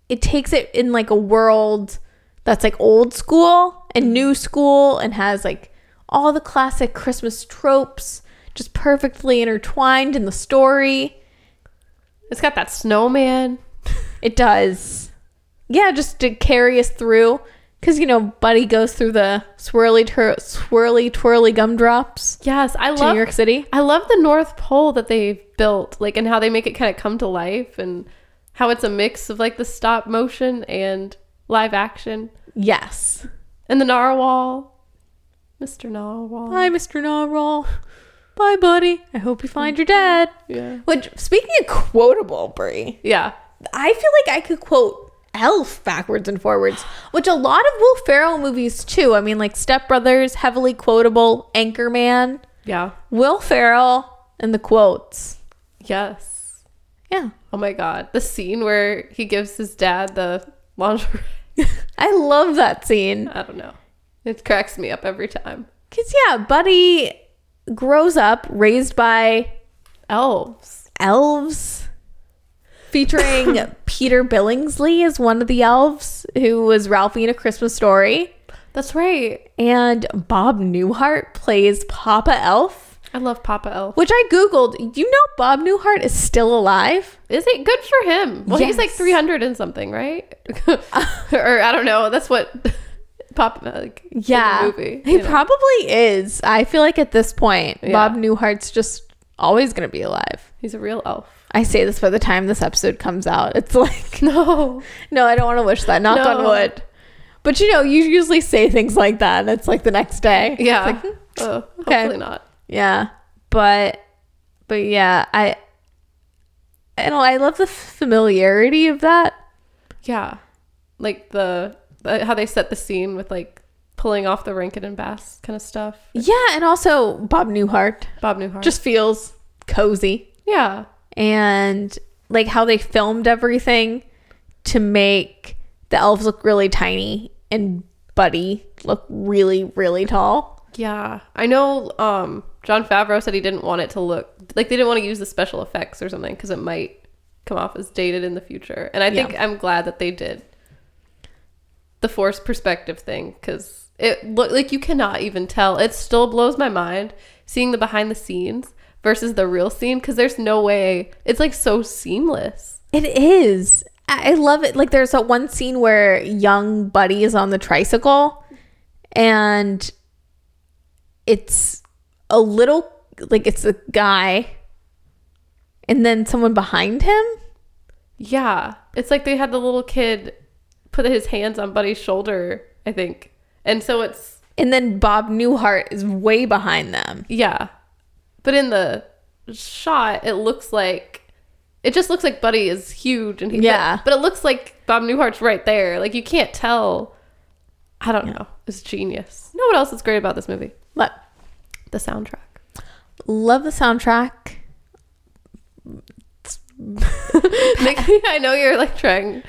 Speaker 5: it takes it in like a world that's like old school and new school and has like all the classic Christmas tropes just perfectly intertwined in the story.
Speaker 6: It's got that snowman.
Speaker 5: It does. Yeah, just to carry us through Because, you know, Buddy goes through the swirly, tur- swirly, twirly gumdrops
Speaker 6: Yes,
Speaker 5: to
Speaker 6: I love
Speaker 5: New York City.
Speaker 6: I love the North Pole that they've built, like, and how they make it kind of come to life, and how it's a mix of like the stop motion and live action,
Speaker 5: Yes.
Speaker 6: and the narwhal, Mr. Narwhal.
Speaker 5: Bye, Mr. Narwhal. Bye, Buddy. I hope you find your dad.
Speaker 6: Yeah,
Speaker 5: Which, speaking of quotable, Brie,
Speaker 6: yeah,
Speaker 5: I feel like I could quote Elf backwards and forwards, which a lot of Will Ferrell movies too. I mean, like Step Brothers, heavily quotable, Anchorman,
Speaker 6: yeah.
Speaker 5: Will Ferrell, and the quotes.
Speaker 6: Yes.
Speaker 5: Yeah,
Speaker 6: Oh my God, the scene where he gives his dad the lingerie.
Speaker 5: I love that scene
Speaker 6: I don't know. It cracks me up every time.
Speaker 5: because yeah, Buddy grows up raised by
Speaker 6: Elves.
Speaker 5: elves, featuring Peter Billingsley as one of the elves who was Ralphie in A Christmas Story,
Speaker 6: That's right.
Speaker 5: and Bob Newhart plays Papa Elf.
Speaker 6: I love Papa Elf.
Speaker 5: which I googled. You know, Bob Newhart is still alive.
Speaker 6: Is it good for him? Well, he's like
Speaker 5: Yes.
Speaker 6: 300 and something, right? or I don't know. That's what pop like in the movie.
Speaker 5: he
Speaker 6: you know.
Speaker 5: probably is. I feel like at this point,
Speaker 6: Yeah.
Speaker 5: Bob Newhart's just always gonna be alive.
Speaker 6: he's a real elf.
Speaker 5: I say this by the time this episode comes out. It's like
Speaker 6: No.
Speaker 5: no, I don't want to wish that. Knock on
Speaker 6: No.
Speaker 5: wood. But you know, you usually say things like that, and it's like the next day.
Speaker 6: Yeah.
Speaker 5: It's like, hmm,
Speaker 6: oh,
Speaker 5: okay.
Speaker 6: Hopefully not.
Speaker 5: yeah. But, but yeah, I, I don't. I love the familiarity of that.
Speaker 6: Yeah. Like the, the how they set the scene with like pulling off the Rankin and Bass kind of stuff.
Speaker 5: Yeah, and also Bob Newhart.
Speaker 6: Bob Newhart.
Speaker 5: just feels cozy
Speaker 6: yeah.
Speaker 5: and like how they filmed everything to make the elves look really tiny and buddy look really really tall
Speaker 6: Yeah. I know um John Favreau said he didn't want it to look like they didn't want to use the special effects or something cuz it might come off as dated in the future. And I think
Speaker 5: Yeah.
Speaker 6: I'm glad that they did the forced perspective thing cuz it look like you cannot even tell. It still blows my mind seeing the behind the scenes versus the real scene cuz there's no way. It's like so seamless.
Speaker 5: it is i I love it like there's that one scene where young buddy is on the tricycle and it's a little like it's a guy and then someone behind him
Speaker 6: Yeah. It's like they had the little kid put his hands on Buddy's shoulder, I think. And so it's
Speaker 5: and then bob newhart is way behind them
Speaker 6: Yeah. But in the shot, it looks like it just looks like Buddy is huge and he
Speaker 5: Yeah.
Speaker 6: But, but it looks like Bob Newhart's right there. Like you can't tell. I don't know. It's genius. You know what else is great about this movie?
Speaker 5: Love,
Speaker 6: The soundtrack.
Speaker 5: love the soundtrack.
Speaker 6: Nikki, I know you're like trying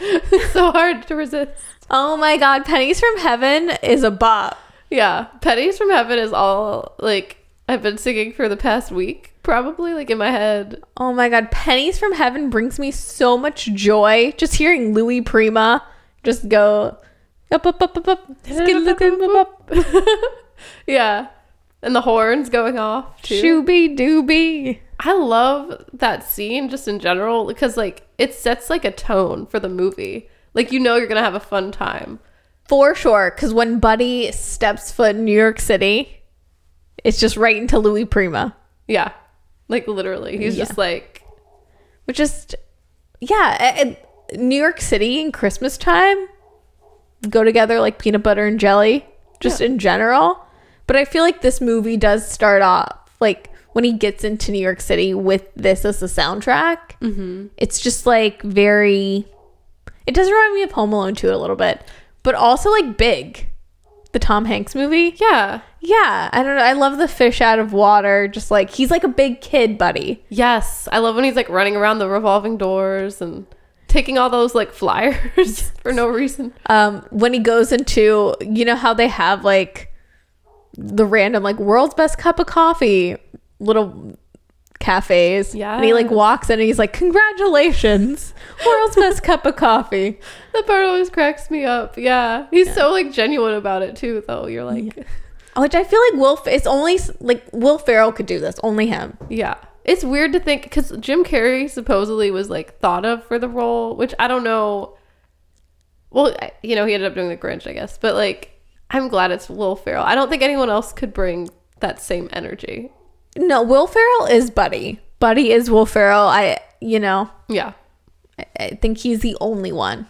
Speaker 6: so hard to resist.
Speaker 5: Oh my God, Pennies from Heaven is a bop.
Speaker 6: Yeah. Pennies from Heaven is all like I've been singing for the past week, probably like in my head.
Speaker 5: Oh my God, Pennies from Heaven brings me so much joy. Just hearing Louis Prima just go up, up, up, up, up, skidoo-doo-doo-doo-doo-doo,
Speaker 6: Yeah. And the horns going off too.
Speaker 5: shooby dooby.
Speaker 6: I love that scene just in general because like it sets like a tone for the movie. Like you know you're gonna have a fun time.
Speaker 5: For sure, because when Buddy steps foot in New York City, it's just right into Louis Prima,
Speaker 6: Yeah, like literally, he's just like
Speaker 5: which is, yeah, and- and New York City in Christmas time go together like peanut butter and jelly, just in general. But I feel like this movie does start off like when he gets into New York City with this as the soundtrack. It's just like very. It does remind me of Home Alone too a little bit, but also like Big, the Tom Hanks movie.
Speaker 6: yeah,
Speaker 5: Yeah, I don't know. I love the fish out of water. Just like he's like a big kid, buddy.
Speaker 6: yes. I love when he's like running around the revolving doors and taking all those like flyers for no reason.
Speaker 5: um, when he goes into you know how they have like the random like world's best cup of coffee little cafes and he like
Speaker 6: Yes.
Speaker 5: walks in and he's like congratulations world's best cup of coffee
Speaker 6: That part always cracks me up. Yeah, he's so like genuine about it too. Though you're like, yeah.
Speaker 5: which i feel like will F- it's only s- like will farrell could do this only him
Speaker 6: Yeah. It's weird to think because Jim Carrey supposedly was like thought of for the role, which I don't know Well, I- you know, he ended up doing the Grinch, I guess. But like, I'm glad it's Will Ferrell. I don't think anyone else could bring that same energy.
Speaker 5: No, Will Ferrell is Buddy. Buddy is Will Ferrell. I, you know,
Speaker 6: Yeah.
Speaker 5: I think he's the only one.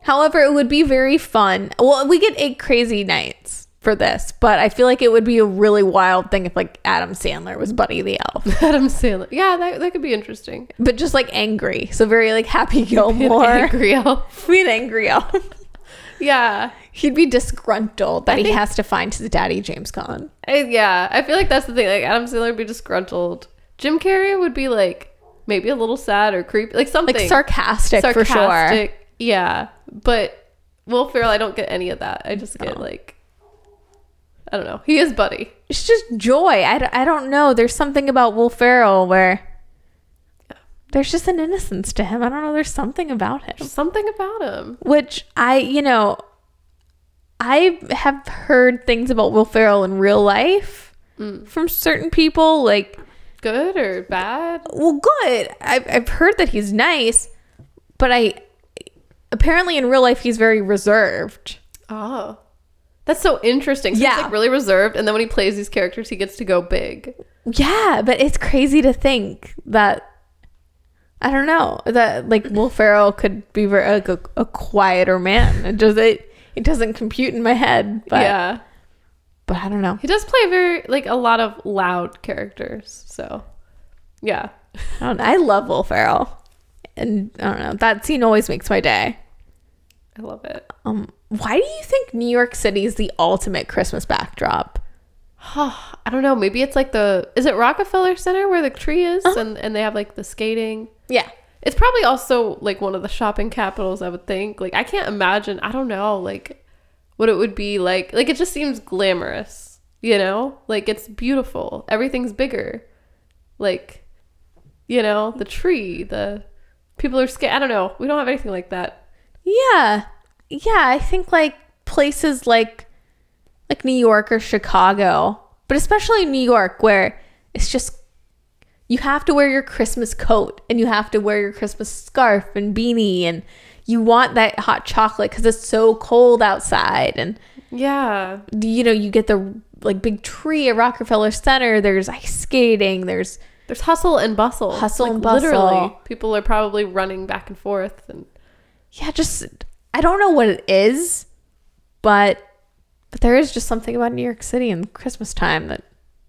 Speaker 5: However, it would be very fun. Well, we get eight crazy nights for this, but I feel like it would be a really wild thing if like Adam Sandler was Buddy the Elf,
Speaker 6: Adam Sandler. Yeah, that, that could be interesting.
Speaker 5: but just like angry. So very like Happy
Speaker 6: An
Speaker 5: Gilmore.
Speaker 6: angry elf.
Speaker 5: Be an angry elf.
Speaker 6: Yeah.
Speaker 5: He'd be disgruntled that he
Speaker 6: think-
Speaker 5: has to find his daddy James Caan.
Speaker 6: I, yeah. I feel like that's the thing. Like, Adam Sandler would be disgruntled. Jim Carrey would be like maybe a little sad or creepy, like something.
Speaker 5: Like sarcastic, for sure.
Speaker 6: Sarcastic. Yeah. But Will Ferrell, I don't get any of that. I just get like, I don't know. He is Buddy.
Speaker 5: It's just joy. I, d- I don't know. There's something about Will Ferrell where there's just an innocence to him. I don't know. There's something about him.
Speaker 6: Something about him.
Speaker 5: which I, you know, I have heard things about Will Ferrell in real life from certain people. Like,
Speaker 6: good or bad.
Speaker 5: well, good. I've, I've heard that he's nice, but I apparently in real life he's very reserved.
Speaker 6: Oh. That's so interesting. So
Speaker 5: Yeah.
Speaker 6: He's like really reserved. And then when he plays these characters, he gets to go big.
Speaker 5: Yeah, but it's crazy to think that. I don't know that like Will Ferrell could be ver- like a, a quieter man. It just it it doesn't compute in my head. But,
Speaker 6: yeah.
Speaker 5: but I don't know.
Speaker 6: He does play very, like, a lot of loud characters. So, yeah.
Speaker 5: I don't know. I love Will Ferrell. And I don't know. That scene always makes my day.
Speaker 6: I love it.
Speaker 5: Um, why do you think New York City is the ultimate Christmas backdrop?
Speaker 6: I don't know. Maybe it's like the, is it Rockefeller Center where the tree is? And, and they have, like, the skating.
Speaker 5: Yeah.
Speaker 6: It's probably also, like, one of the shopping capitals, I would think. Like, I can't imagine, I don't know, like, what it would be like. Like, it just seems glamorous, you know? Like, it's beautiful. Everything's bigger. like you know the tree the people are scared i don't know we don't have anything like that
Speaker 5: Yeah. Yeah, I think like places like like New York or Chicago, but especially New York where it's just you have to wear your Christmas coat and you have to wear your Christmas scarf and beanie and you want that hot chocolate cuz it's so cold outside and
Speaker 6: yeah
Speaker 5: you know, you get the like big tree at Rockefeller Center. There's ice skating. There's
Speaker 6: there's hustle and bustle
Speaker 5: Hustle
Speaker 6: Like,
Speaker 5: and bustle.
Speaker 6: people are probably running back and forth and
Speaker 5: yeah, just I don't know what it is, but but there is just something about New York City and Christmas time that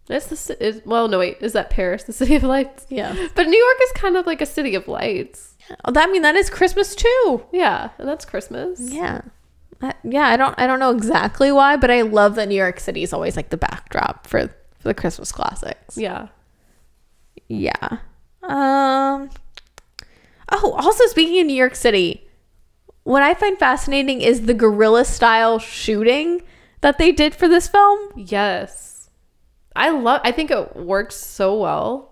Speaker 6: it's the ci- is, well no wait is that paris the city of lights
Speaker 5: yeah.
Speaker 6: but new york is kind of like a city of lights
Speaker 5: Oh, that I mean that is Christmas too.
Speaker 6: yeah and that's christmas
Speaker 5: Yeah. I, yeah, I don't I don't know exactly why, but I love that New York City is always like the backdrop for, for the Christmas classics.
Speaker 6: yeah
Speaker 5: Yeah. Um Oh, also speaking of New York City, what I find fascinating is the guerrilla style shooting that they did for this film.
Speaker 6: yes i love i think it works so well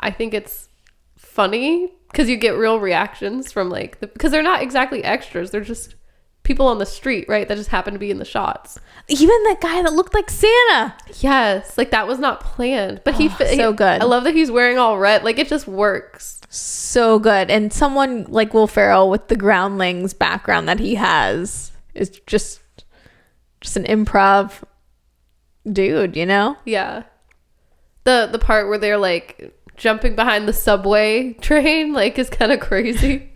Speaker 6: i think it's funny because you get real reactions from like the, because they're not exactly extras they're just people on the street right that just happen to be in the shots
Speaker 5: Even that guy that looked like Santa.
Speaker 6: yes like that was not planned but he fit
Speaker 5: Oh, so good.
Speaker 6: i love that he's wearing all red like it just works
Speaker 5: So good. And someone like Will Ferrell with the groundlings background that he has is just just an improv dude, you know?
Speaker 6: yeah the the part where they're like jumping behind the subway train like is kind of crazy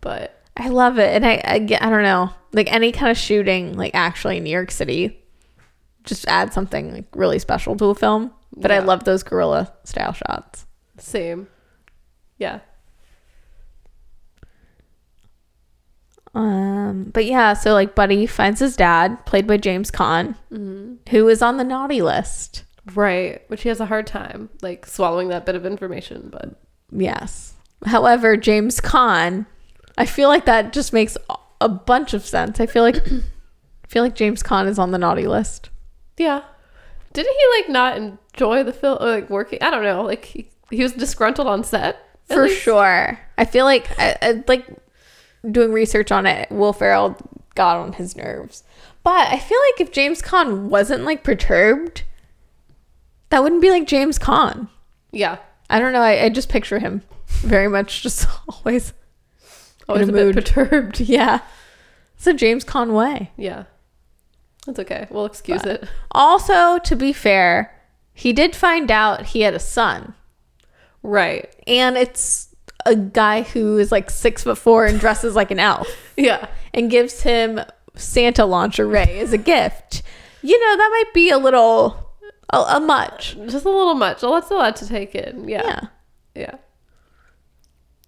Speaker 6: but
Speaker 5: I love it. And I, I, ge- I don't know, like any kind of shooting, like actually in New York City, just add something like really special to a film. But I
Speaker 6: Yeah.
Speaker 5: love those guerrilla style shots.
Speaker 6: same yeah
Speaker 5: Um, but yeah, so like Buddy finds his dad, played by James Caan, who is on the naughty list.
Speaker 6: Right, which he has a hard time like swallowing that bit of information, but
Speaker 5: Yes. However, James Caan, I feel like that just makes a- a bunch of sense. I feel like, I feel like James Caan is on the naughty list.
Speaker 6: yeah. Didn't he like not enjoy the film or like working? I don't know. Like he, he was disgruntled on set. at
Speaker 5: for
Speaker 6: least.
Speaker 5: sure. I feel like I, I, like doing research on it. Will Ferrell got on his nerves, but I feel like if James Caan wasn't like perturbed, that wouldn't be like James Caan.
Speaker 6: Yeah.
Speaker 5: I don't know. I, I just picture him very much, just always
Speaker 6: Always
Speaker 5: in
Speaker 6: a
Speaker 5: a mood.
Speaker 6: bit perturbed.
Speaker 5: yeah. It's a James Conway.
Speaker 6: Yeah. That's okay. We'll excuse it.
Speaker 5: Also, to be fair, he did find out he had a son,
Speaker 6: Right.
Speaker 5: and it's a guy who is like six foot four and dresses like an elf,
Speaker 6: Yeah.
Speaker 5: and gives him Santa lingerie as a gift. You know that might be a little a, a much.
Speaker 6: Just a little much. That's a lot to take in.
Speaker 5: Yeah.
Speaker 6: Yeah. Yeah.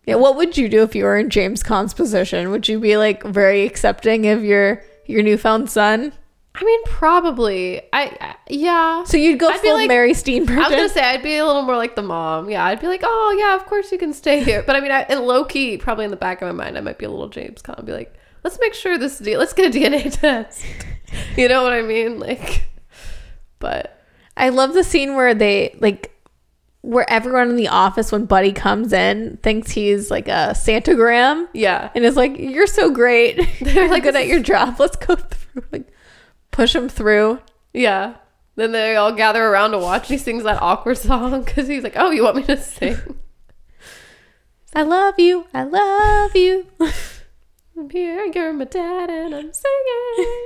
Speaker 5: Yeah. What would you do if you were in James Con's position? Would you be like very accepting of your your newfound son?
Speaker 6: I mean, probably. I, I yeah.
Speaker 5: So you'd go
Speaker 6: I'd be
Speaker 5: full
Speaker 6: like-
Speaker 5: Mary Steenburgen.
Speaker 6: I was gonna say I'd be a little more like the mom. Yeah, I'd be like, oh yeah, of course you can stay here. But I mean, I, and low key, probably in the back of my mind, I might be a little James Con. Be like, let's make sure this. D- let's get a DNA test. you know what I mean? Like, but
Speaker 5: I love the scene where they like where everyone in the office when Buddy comes in thinks he's like a Santagram
Speaker 6: yeah,
Speaker 5: and is like, You're so great. You're
Speaker 6: like,
Speaker 5: good
Speaker 6: "This
Speaker 5: at your job. Let's go through like push him through.
Speaker 6: yeah. Then they all gather around to watch. He sings that awkward song because he's like, oh, you want me to sing?
Speaker 5: I love you. I love you.
Speaker 6: I'm here, you're my dad, and I'm singing.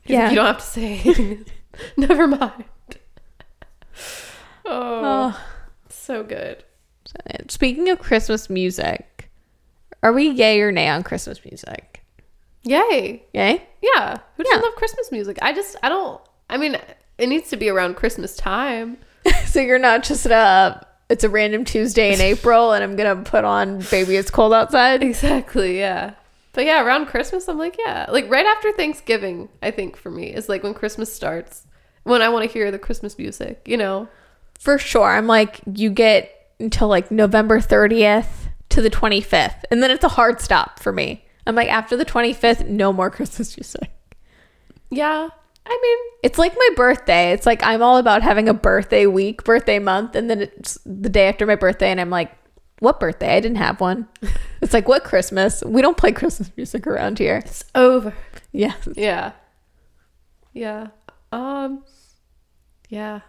Speaker 6: He's like,
Speaker 5: yeah.
Speaker 6: you don't have to sing. Never mind. oh.
Speaker 5: Oh.
Speaker 6: So good.
Speaker 5: Speaking of Christmas music, are we yay or nay on Christmas music?
Speaker 6: Yay.
Speaker 5: Yay?
Speaker 6: Yeah. Who doesn't
Speaker 5: Yeah.
Speaker 6: love Christmas music? I just, I don't, I mean, it needs to be around Christmas time.
Speaker 5: so you're not just a it's a random Tuesday in April and I'm gonna put on Baby It's Cold Outside.
Speaker 6: Exactly. Yeah. But yeah, around Christmas, I'm like, yeah. Like right after Thanksgiving, I think for me, is like when Christmas starts, when I want to hear the Christmas music, you know?
Speaker 5: for sure. I'm like, you get until like November 30th to the 25th. And then it's a hard stop for me. I'm like, after the 25th, no more Christmas music.
Speaker 6: Yeah. I mean,
Speaker 5: It's like my birthday. It's like I'm all about having a birthday week, birthday month. And then it's the day after my birthday. And I'm like, what birthday? I didn't have one. it's like, what Christmas? We don't play Christmas music around here.
Speaker 6: it's over.
Speaker 5: Yeah.
Speaker 6: Yeah. Yeah. Um yeah.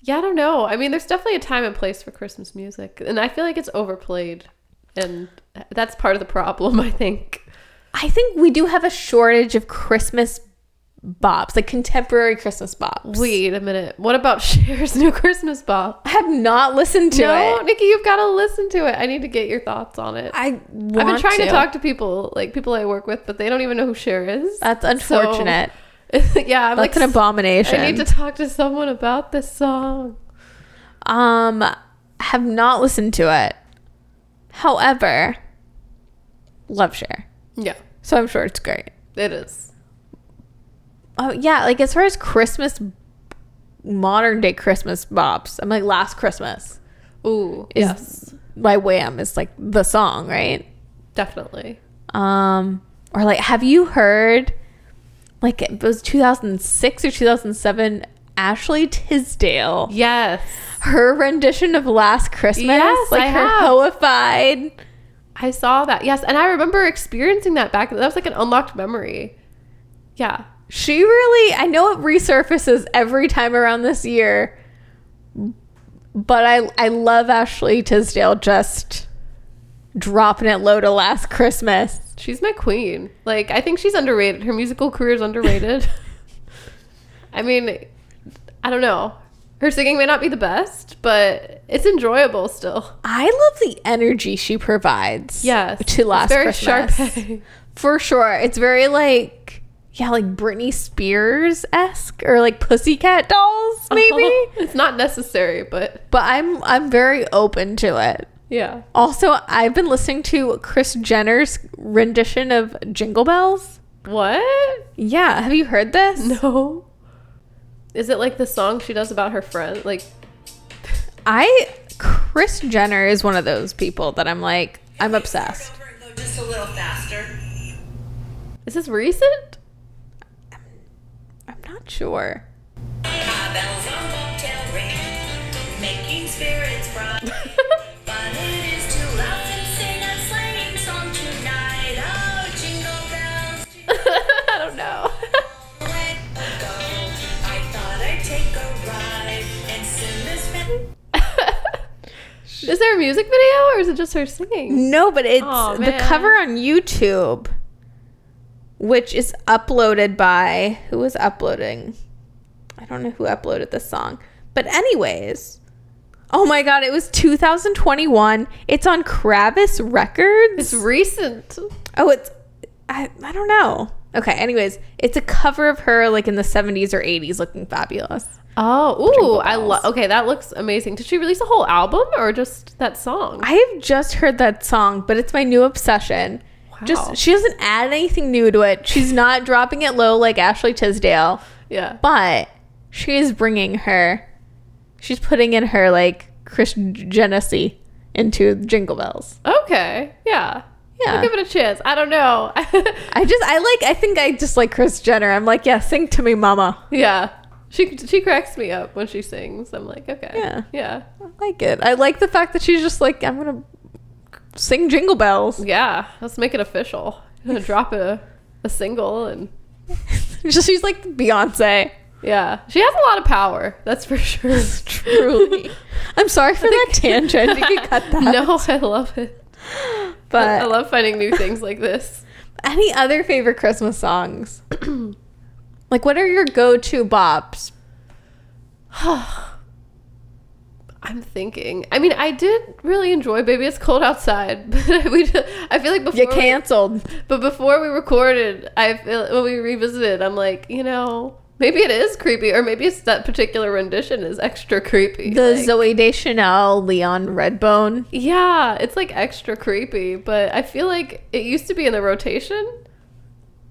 Speaker 6: Yeah, I don't know. I mean, there's definitely a time and place for Christmas music, and I feel like it's overplayed. And that's part of the problem, I think.
Speaker 5: I think we do have a shortage of Christmas bops, like contemporary Christmas bops.
Speaker 6: Wait a minute. What about Cher's new Christmas bop?
Speaker 5: I have not listened to it.
Speaker 6: No, Nikki, you've got to listen to it. I need to get your thoughts on it.
Speaker 5: I
Speaker 6: I've been trying to. talk to people, like people I work with, but they don't even know who Cher is.
Speaker 5: That's unfortunate.
Speaker 6: yeah,
Speaker 5: That's
Speaker 6: I'm like,
Speaker 5: an abomination.
Speaker 6: I need to talk to someone about this song.
Speaker 5: um, have not listened to it. However, love share,
Speaker 6: Yeah,
Speaker 5: so I'm sure it's great.
Speaker 6: it is.
Speaker 5: Oh yeah, like as far as Christmas, modern day Christmas bops, I'm like Last Christmas
Speaker 6: Ooh,
Speaker 5: is
Speaker 6: yes,
Speaker 5: by Wham is like the song, right?
Speaker 6: definitely.
Speaker 5: Um, or like, have you heard? Like it was 2006 or 2007. Ashley Tisdale.
Speaker 6: Yes,
Speaker 5: her rendition of Last Christmas,
Speaker 6: Yes,
Speaker 5: like
Speaker 6: I
Speaker 5: her
Speaker 6: have.
Speaker 5: hoified.
Speaker 6: I saw that. Yes, and I remember experiencing that back. That was like an unlocked memory. Yeah,
Speaker 5: She really, I know it resurfaces every time around this year, but I I love Ashley Tisdale just dropping it low to Last Christmas.
Speaker 6: she's my queen. Like I think she's underrated. Her musical career is underrated. I mean, I don't know. Her singing may not be the best, but it's enjoyable still.
Speaker 5: I love the energy she provides.
Speaker 6: Yes,
Speaker 5: to
Speaker 6: it's
Speaker 5: Last
Speaker 6: very
Speaker 5: Christmas
Speaker 6: Sharpay.
Speaker 5: for sure. It's very like. Yeah, like Britney Spears esque or like Pussycat Dolls, maybe.
Speaker 6: it's not necessary, but
Speaker 5: But I'm I'm very open to it.
Speaker 6: yeah.
Speaker 5: Also, I've been listening to Chris Jenner's rendition of Jingle Bells.
Speaker 6: What?
Speaker 5: Yeah, have you heard this?
Speaker 6: No. Is it like the song she does about her friend? Like
Speaker 5: I Chris Jenner is one of those people that I'm like, I'm obsessed.
Speaker 7: Go just a little faster.
Speaker 6: Is this recent?
Speaker 5: I'm not sure.
Speaker 7: Ah, bells on the tail ring, making spirits bright. but it is too loud to sing a sleighing song tonight. Oh, jingle bells, jingle
Speaker 6: I don't know.
Speaker 7: let go. I thought I'd take a ride and sing this.
Speaker 6: Is there a music video or is it just her singing?
Speaker 5: No, but it's
Speaker 6: Aw,
Speaker 5: the
Speaker 6: man.
Speaker 5: cover on YouTube, which is uploaded by who was uploading? I don't know who uploaded this song. But anyways, oh my god, it was 2021. It's on Kravis Records.
Speaker 6: It's recent.
Speaker 5: oh, it's I, I don't know. Okay, anyways, it's a cover of her like in the 70s or 80s looking fabulous.
Speaker 6: Oh, ooh, I love. Okay, that looks amazing. Did she release a whole album or just that song?
Speaker 5: I have just heard that song, but it's my new obsession.
Speaker 6: Wow.
Speaker 5: Just she doesn't add anything new to it. She's not dropping it low like Ashley Tisdale,
Speaker 6: yeah.
Speaker 5: but she is bringing her. She's putting in her like Christian Genesee into Jingle Bells.
Speaker 6: Okay. Yeah.
Speaker 5: Yeah.
Speaker 6: I'll give it a chance. I don't know.
Speaker 5: I just I like I think I just like Chris Jenner. I'm like, yeah, sing to me, mama.
Speaker 6: yeah. She she cracks me up when she sings. I'm like, okay.
Speaker 5: Yeah.
Speaker 6: Yeah.
Speaker 5: I like it. I like the fact that she's just like, I'm gonna sing Jingle Bells.
Speaker 6: Yeah. Let's make it official. Drop a a single and
Speaker 5: Just she's like Beyonce.
Speaker 6: yeah. She has a lot of power. That's for sure.
Speaker 5: Truly. I'm sorry for that tangent. You could cut that.
Speaker 6: no, I love it. I
Speaker 5: but
Speaker 6: love finding new things like this.
Speaker 5: any other favorite Christmas songs? like, what are your go-to bops?
Speaker 6: I'm thinking. I mean, I did really enjoy "Baby It's Cold Outside," but we. Just, I feel like before
Speaker 5: You
Speaker 6: we-
Speaker 5: canceled.
Speaker 6: but before we recorded, I feel when we revisited, I'm like, you know, maybe it is creepy, or maybe it's that particular rendition is extra creepy.
Speaker 5: The
Speaker 6: like-
Speaker 5: Zoe Deschanel, Leon Redbone.
Speaker 6: yeah, it's like extra creepy, but I feel like it used to be in the rotation,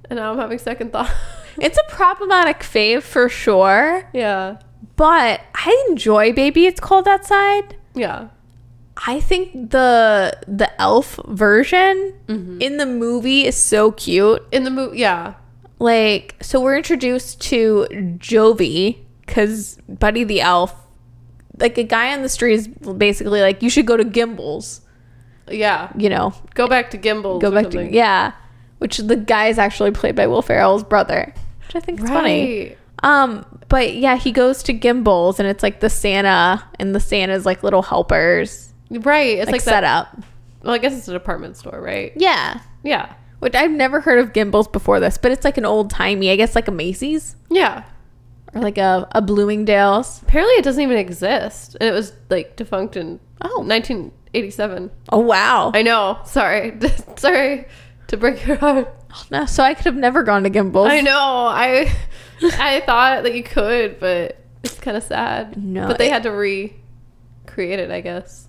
Speaker 6: and now I'm having second thought.
Speaker 5: It's a problematic fave for sure,
Speaker 6: yeah,
Speaker 5: but I enjoy "Baby It's Cold Outside."
Speaker 6: yeah,
Speaker 5: I think the the elf version
Speaker 6: Mm-hmm.
Speaker 5: in the movie is so cute.
Speaker 6: in the movie, yeah,
Speaker 5: like so we're introduced to jovi because buddy the elf like a guy on the street is basically like you should go to gimbals
Speaker 6: yeah.
Speaker 5: you know
Speaker 6: Go back to Gimbal.
Speaker 5: go back to yeah which the guy is actually played by will ferrell's brother which i think is funny
Speaker 6: Funny.
Speaker 5: um but yeah he goes to gimbals and it's like the santa and the santa's like little helpers
Speaker 6: Right. It's
Speaker 5: like,
Speaker 6: like,
Speaker 5: set
Speaker 6: that.
Speaker 5: up
Speaker 6: Well, I guess it's a department store, right?
Speaker 5: yeah
Speaker 6: Yeah.
Speaker 5: which i've never heard of gimbals before this but it's like an old timey i guess like a macy's
Speaker 6: Yeah.
Speaker 5: or like a, a bloomingdale's
Speaker 6: Apparently, it doesn't even exist, and it was like defunct in
Speaker 5: Oh.
Speaker 6: 1987.
Speaker 5: oh wow
Speaker 6: I know. Sorry, sorry to break your heart.
Speaker 5: No, so I could have never gone to Gimbals.
Speaker 6: I know. I I thought that you could, but it's kind of sad.
Speaker 5: No,
Speaker 6: but they
Speaker 5: it-
Speaker 6: had to recreate it, I guess.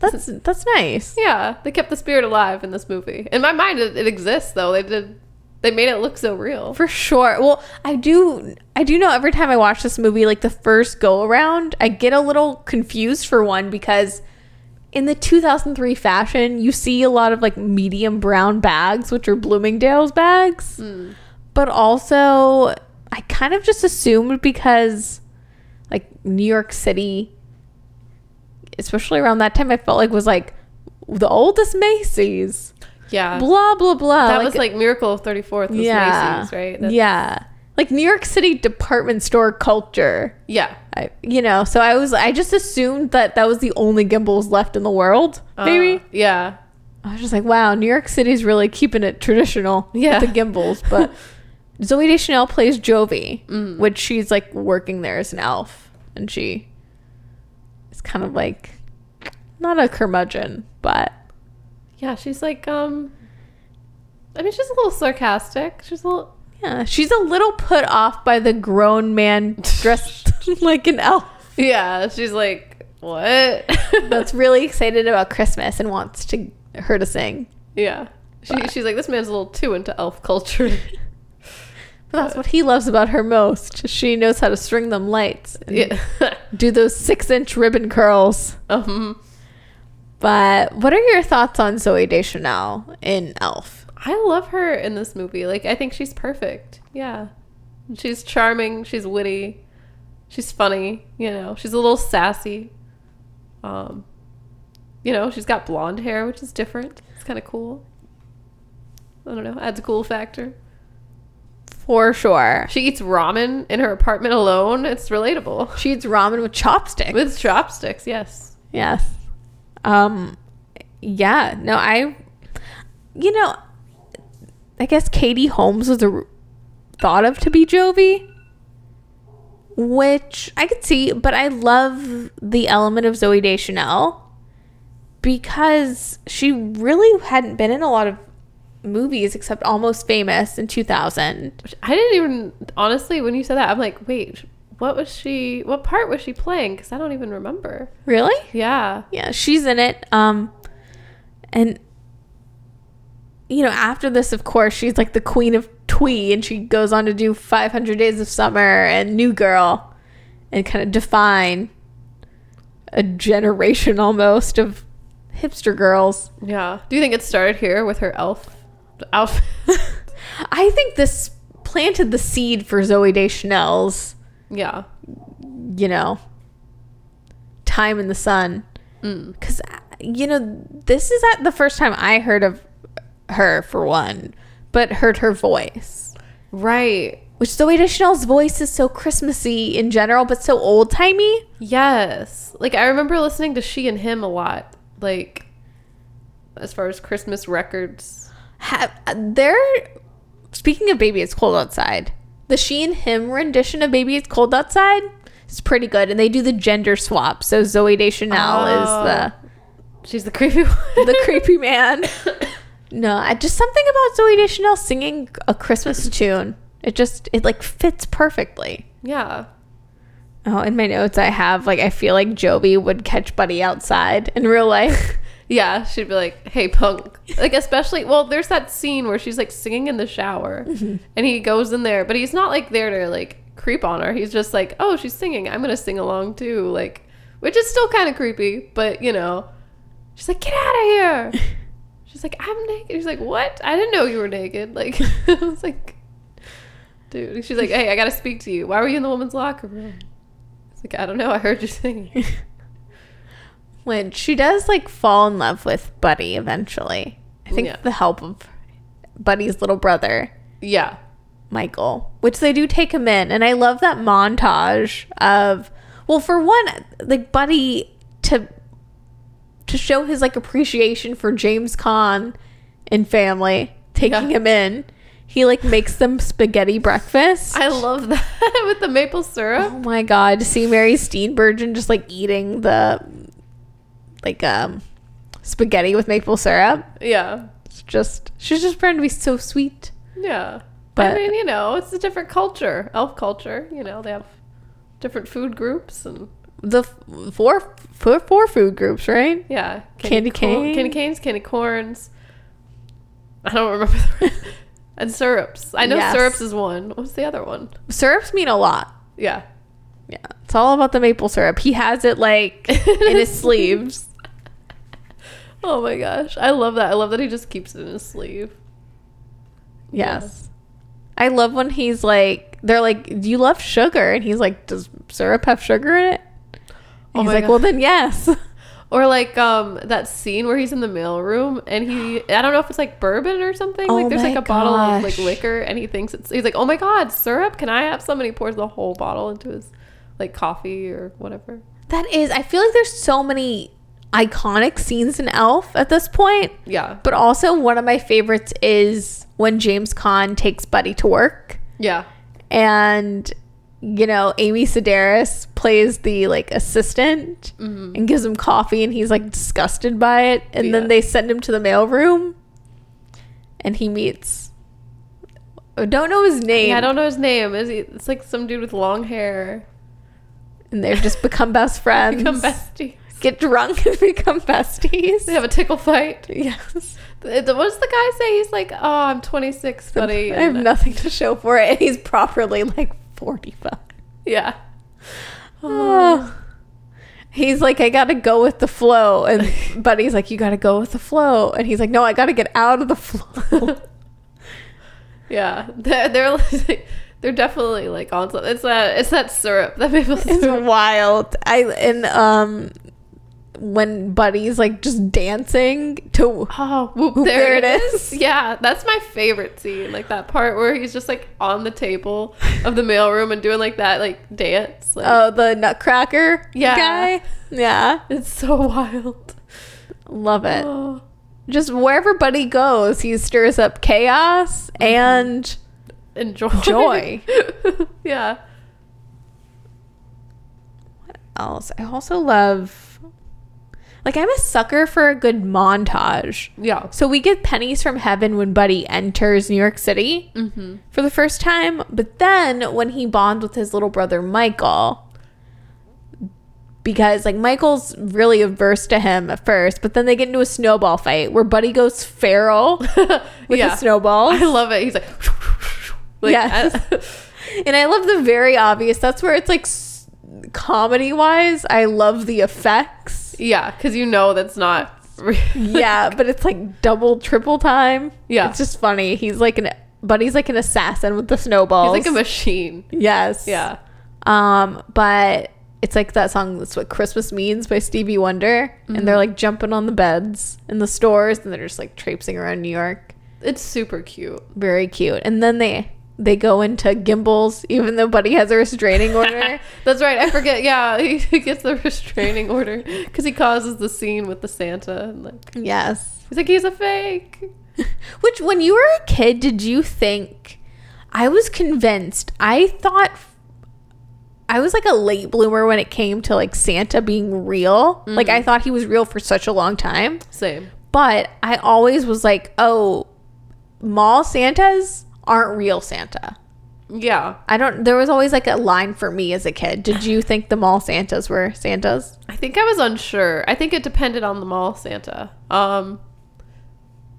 Speaker 5: That's that's nice.
Speaker 6: Yeah, they kept the spirit alive in this movie. In my mind, it, it exists though. They did. They made it look so real.
Speaker 5: For sure. Well, I do I do know every time I watch this movie, like the first go around, I get a little confused for one because in the 2003 fashion, you see a lot of like medium brown bags, which are Bloomingdale's bags.
Speaker 6: Hmm.
Speaker 5: But also, I kind of just assumed because like New York City, especially around that time, I felt like was like the oldest Macy's.
Speaker 6: yeah,
Speaker 5: blah blah blah.
Speaker 6: that was Uh, like Miracle of Thirty Fourth. Yeah, Macy's, right. That-
Speaker 5: yeah, like New York City department store culture.
Speaker 6: yeah.
Speaker 5: I, you know, so I was I just assumed that that was the only Gimbals left in the world.
Speaker 6: Uh,
Speaker 5: maybe
Speaker 6: yeah.
Speaker 5: I was just like, wow, New York City's really keeping it traditional.
Speaker 6: Yeah.
Speaker 5: with the Gimbals, but Zoe Deschanel plays Jovi,
Speaker 6: Mm.
Speaker 5: which she's like working there as an elf, and she is kind of like not a curmudgeon, but
Speaker 6: Yeah, she's like, um, I mean, she's a little sarcastic. She's a little,
Speaker 5: Yeah, she's a little put off by the grown man dressed like an elf
Speaker 6: yeah, she's like, what?
Speaker 5: that's really excited about Christmas and wants to her to sing.
Speaker 6: yeah. She, she's like, this man's a little too into elf culture.
Speaker 5: But that's what he loves about her most. She knows how to string them lights, and
Speaker 6: yeah.
Speaker 5: do those six-inch ribbon curls.
Speaker 6: um,
Speaker 5: But what are your thoughts on Zoe Deschanel in Elf?
Speaker 6: I love her in this movie. Like, I think she's perfect. Yeah. She's charming. She's witty. She's funny. You know, she's a little sassy. Um, you know, she's got blonde hair, which is different. It's kind of cool. I don't know. Adds a cool factor.
Speaker 5: For sure,
Speaker 6: She eats ramen in her apartment alone. It's relatable.
Speaker 5: she eats ramen with chopsticks.
Speaker 6: With chopsticks, yes.
Speaker 5: yes, Um, yeah, no, I, you know, I guess Katie Holmes was a, r- thought of to be Jovi, which I could see, but I love the element of Zoe Deschanel because she really hadn't been in a lot of movies except Almost Famous in 2000.
Speaker 6: I didn't even honestly when you said that I'm like, wait, what was she? What part was she playing? Because I don't even remember.
Speaker 5: Really?
Speaker 6: Yeah,
Speaker 5: yeah she's in it um and you know after this of course she's like the queen of twee and she goes on to do 500 days of summer and new girl and kind of define a generation almost of hipster girls
Speaker 6: yeah. Do you think it started here with her elf outfit?
Speaker 5: i think this planted the seed for zoe deschanel's
Speaker 6: yeah,
Speaker 5: you know, time in the sun. Because, you know, this is at the first time I heard of her, for one, but heard her voice.
Speaker 6: right.
Speaker 5: Which Zoe Deschanel's voice is so Christmassy in general, but so old timey.
Speaker 6: Yes, like I remember listening to she and him a lot. Like as far as Christmas records,
Speaker 5: Have they're speaking of Baby It's Cold Outside, the she and him rendition of Baby It's Cold Outside is pretty good. And they do the gender swap. So Zoe Deschanel
Speaker 6: Oh.
Speaker 5: is the
Speaker 6: she's the creepy one.
Speaker 5: the creepy man. No, I, just something about Zoe Deschanel singing a Christmas tune. It just it like fits perfectly.
Speaker 6: yeah,
Speaker 5: Oh, in my notes I have like I feel like Joby would catch Buddy outside in real life.
Speaker 6: Yeah, she'd be like, "Hey, punk!" Like, especially well, there's that scene where she's like singing in the shower, and he goes in there, but he's not like there to like creep on her. He's just like, "Oh, she's singing. I'm gonna sing along too." Like, which is still kind of creepy, but you know, she's like, "Get out of here!" she's like, "I'm naked." He's like, "What? I didn't know you were naked." Like, I was like, "Dude," she's like, "Hey, I gotta speak to you. Why were you in the woman's locker room?" It's like, "I don't know. I heard you singing."
Speaker 5: when she does like fall in love with Buddy eventually. I think
Speaker 6: Yeah.
Speaker 5: the help of Buddy's little brother,
Speaker 6: yeah,
Speaker 5: Michael, which they do take him in. And I love that montage of well, for one, like Buddy to to show his like appreciation for James Caan and family taking
Speaker 6: Yeah.
Speaker 5: him in. He like makes them spaghetti breakfast.
Speaker 6: I love that with the maple syrup.
Speaker 5: oh my god, to see Mary Steenburgen just like eating the like um spaghetti with maple syrup.
Speaker 6: Yeah.
Speaker 5: It's just she's just trying to be so sweet.
Speaker 6: Yeah. But I
Speaker 5: But-
Speaker 6: mean, you know, it's a different culture, elf culture. You know, they have different food groups and
Speaker 5: The f- four four four food groups, right?
Speaker 6: yeah,
Speaker 5: Candy
Speaker 6: corn-
Speaker 5: cane.
Speaker 6: candy canes, candy corns. I don't remember. The rest. and syrups. I know
Speaker 5: Yes.
Speaker 6: syrups is one. What's the other one?
Speaker 5: syrups mean a lot.
Speaker 6: Yeah.
Speaker 5: Yeah, it's all about the maple syrup. He has it like in his sleeves.
Speaker 6: Oh my gosh, I love that. I love that he just keeps it in his sleeve.
Speaker 5: Yes. I love when he's like, they're like, do you love sugar? And he's like, does syrup have sugar in it? And
Speaker 6: Oh
Speaker 5: he's
Speaker 6: my
Speaker 5: like,
Speaker 6: God.
Speaker 5: well, then yes.
Speaker 6: Or like um that scene where he's in the mailroom and he I don't know if it's like bourbon or something.
Speaker 5: Oh
Speaker 6: like there's like
Speaker 5: my
Speaker 6: a bottle of like
Speaker 5: gosh.
Speaker 6: liquor and he thinks it's he's like, Oh my god, syrup, can I have some? And he pours the whole bottle into his like coffee or whatever.
Speaker 5: That is, I feel like there's so many iconic scenes in Elf at this point.
Speaker 6: Yeah.
Speaker 5: But also, one of my favorites is when James Caan takes Buddy to work.
Speaker 6: Yeah.
Speaker 5: and you know amy sedaris plays the like assistant and gives him coffee and he's like disgusted by it and
Speaker 6: Mm-hmm. Yeah.
Speaker 5: then they send him to the mailroom and he meets I don't know his name
Speaker 6: Yeah, I don't know his name. Is he it's like some dude with long hair.
Speaker 5: and they've just become best friends
Speaker 6: Become besties.
Speaker 5: get drunk and become besties
Speaker 6: They have a tickle fight.
Speaker 5: yes
Speaker 6: Th- What does the guy say? He's like, Oh, I'm twenty six, buddy.
Speaker 5: i have
Speaker 6: and-
Speaker 5: nothing to show for it and he's properly like 45
Speaker 6: Yeah.
Speaker 5: Oh. He's like, I gotta go with the flow. And Buddy's like, You gotta go with the flow. And he's like, No, I gotta get out of the flow.
Speaker 6: Yeah, they're they're, like, they're definitely like on something. It's that it's that syrup that people.
Speaker 5: it's wild. I and um when Buddy's like just dancing to
Speaker 6: Oh, whoop, there, it is. Yeah, that's my favorite scene. Like that part where he's just like on the table of the mailroom and doing like that like dance. Like,
Speaker 5: Oh, the uh, nutcracker
Speaker 6: Yeah.
Speaker 5: guy. Yeah.
Speaker 6: it's so wild. Oh,
Speaker 5: Love it. Just wherever Buddy goes, he stirs up chaos and
Speaker 6: Enjoy.
Speaker 5: joy.
Speaker 6: yeah.
Speaker 5: else. I also love, like, I'm a sucker for a good montage.
Speaker 6: Yeah.
Speaker 5: So we get pennies from heaven when Buddy enters New York City
Speaker 6: Mm-hmm.
Speaker 5: for the first time, but then when he bonds with his little brother Michael, because like Michael's really averse to him at first, but then they get into a snowball fight where Buddy goes feral with
Speaker 6: Yeah.
Speaker 5: a snowball.
Speaker 6: I love it. He's like, like
Speaker 5: Yes. and I love the very obvious. That's where it's like s- comedy wise, I love the effects.
Speaker 6: yeah, because you know that's not. re-
Speaker 5: Yeah, but it's like double, triple time.
Speaker 6: Yeah.
Speaker 5: It's just funny. He's like an Buddy's like an assassin with the snowballs.
Speaker 6: He's like a machine.
Speaker 5: yes.
Speaker 6: Yeah.
Speaker 5: Um, but it's like that song that's what Christmas means by Stevie Wonder. And
Speaker 6: Mm-hmm.
Speaker 5: they're like jumping on the beds in the stores and they're just like traipsing around New York.
Speaker 6: It's super cute.
Speaker 5: Very cute. And then they they go into Gimbals, even though Buddy has a restraining order.
Speaker 6: That's right. I forget. Yeah, he gets the restraining order because he causes the scene with the Santa and like
Speaker 5: yes.
Speaker 6: he's like he's a fake.
Speaker 5: Which, when you were a kid, did you think? I was convinced. I thought I was like a late bloomer when it came to like Santa being real. Like, I thought he was real for such a long time.
Speaker 6: Same.
Speaker 5: But I always was like, oh, mall Santas aren't real Santa.
Speaker 6: Yeah,
Speaker 5: I don't, there was always like a line for me as a kid. Did you think the mall Santas were Santas?
Speaker 6: I think I was unsure. I think it depended on the mall Santa. Um,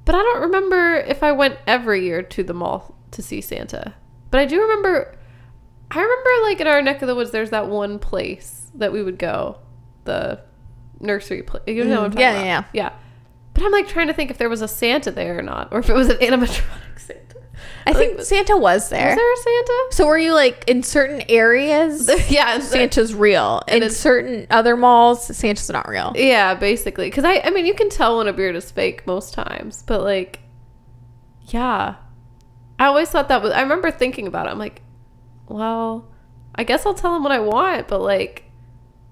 Speaker 6: but I don't remember if I went every year to the mall to see Santa. But I do remember. I remember like in our neck of the woods, there's that one place that we would go, the nursery place. You know what I'm talking
Speaker 5: Mm, yeah,
Speaker 6: about?
Speaker 5: yeah,
Speaker 6: yeah. But I'm like trying to think if there was a Santa there or not, or if it was an animatronic Santa.
Speaker 5: I think Santa was there.
Speaker 6: Is there a Santa?
Speaker 5: so were you like in certain areas?
Speaker 6: yeah, and Santa.
Speaker 5: Santa's real. In certain other malls, Santa's not real.
Speaker 6: Yeah, basically. Because I, I mean, you can tell when a beard is fake most times, but like, yeah, I always thought that was. I remember thinking about it. I'm like, well, I guess I'll tell him what I want, but like,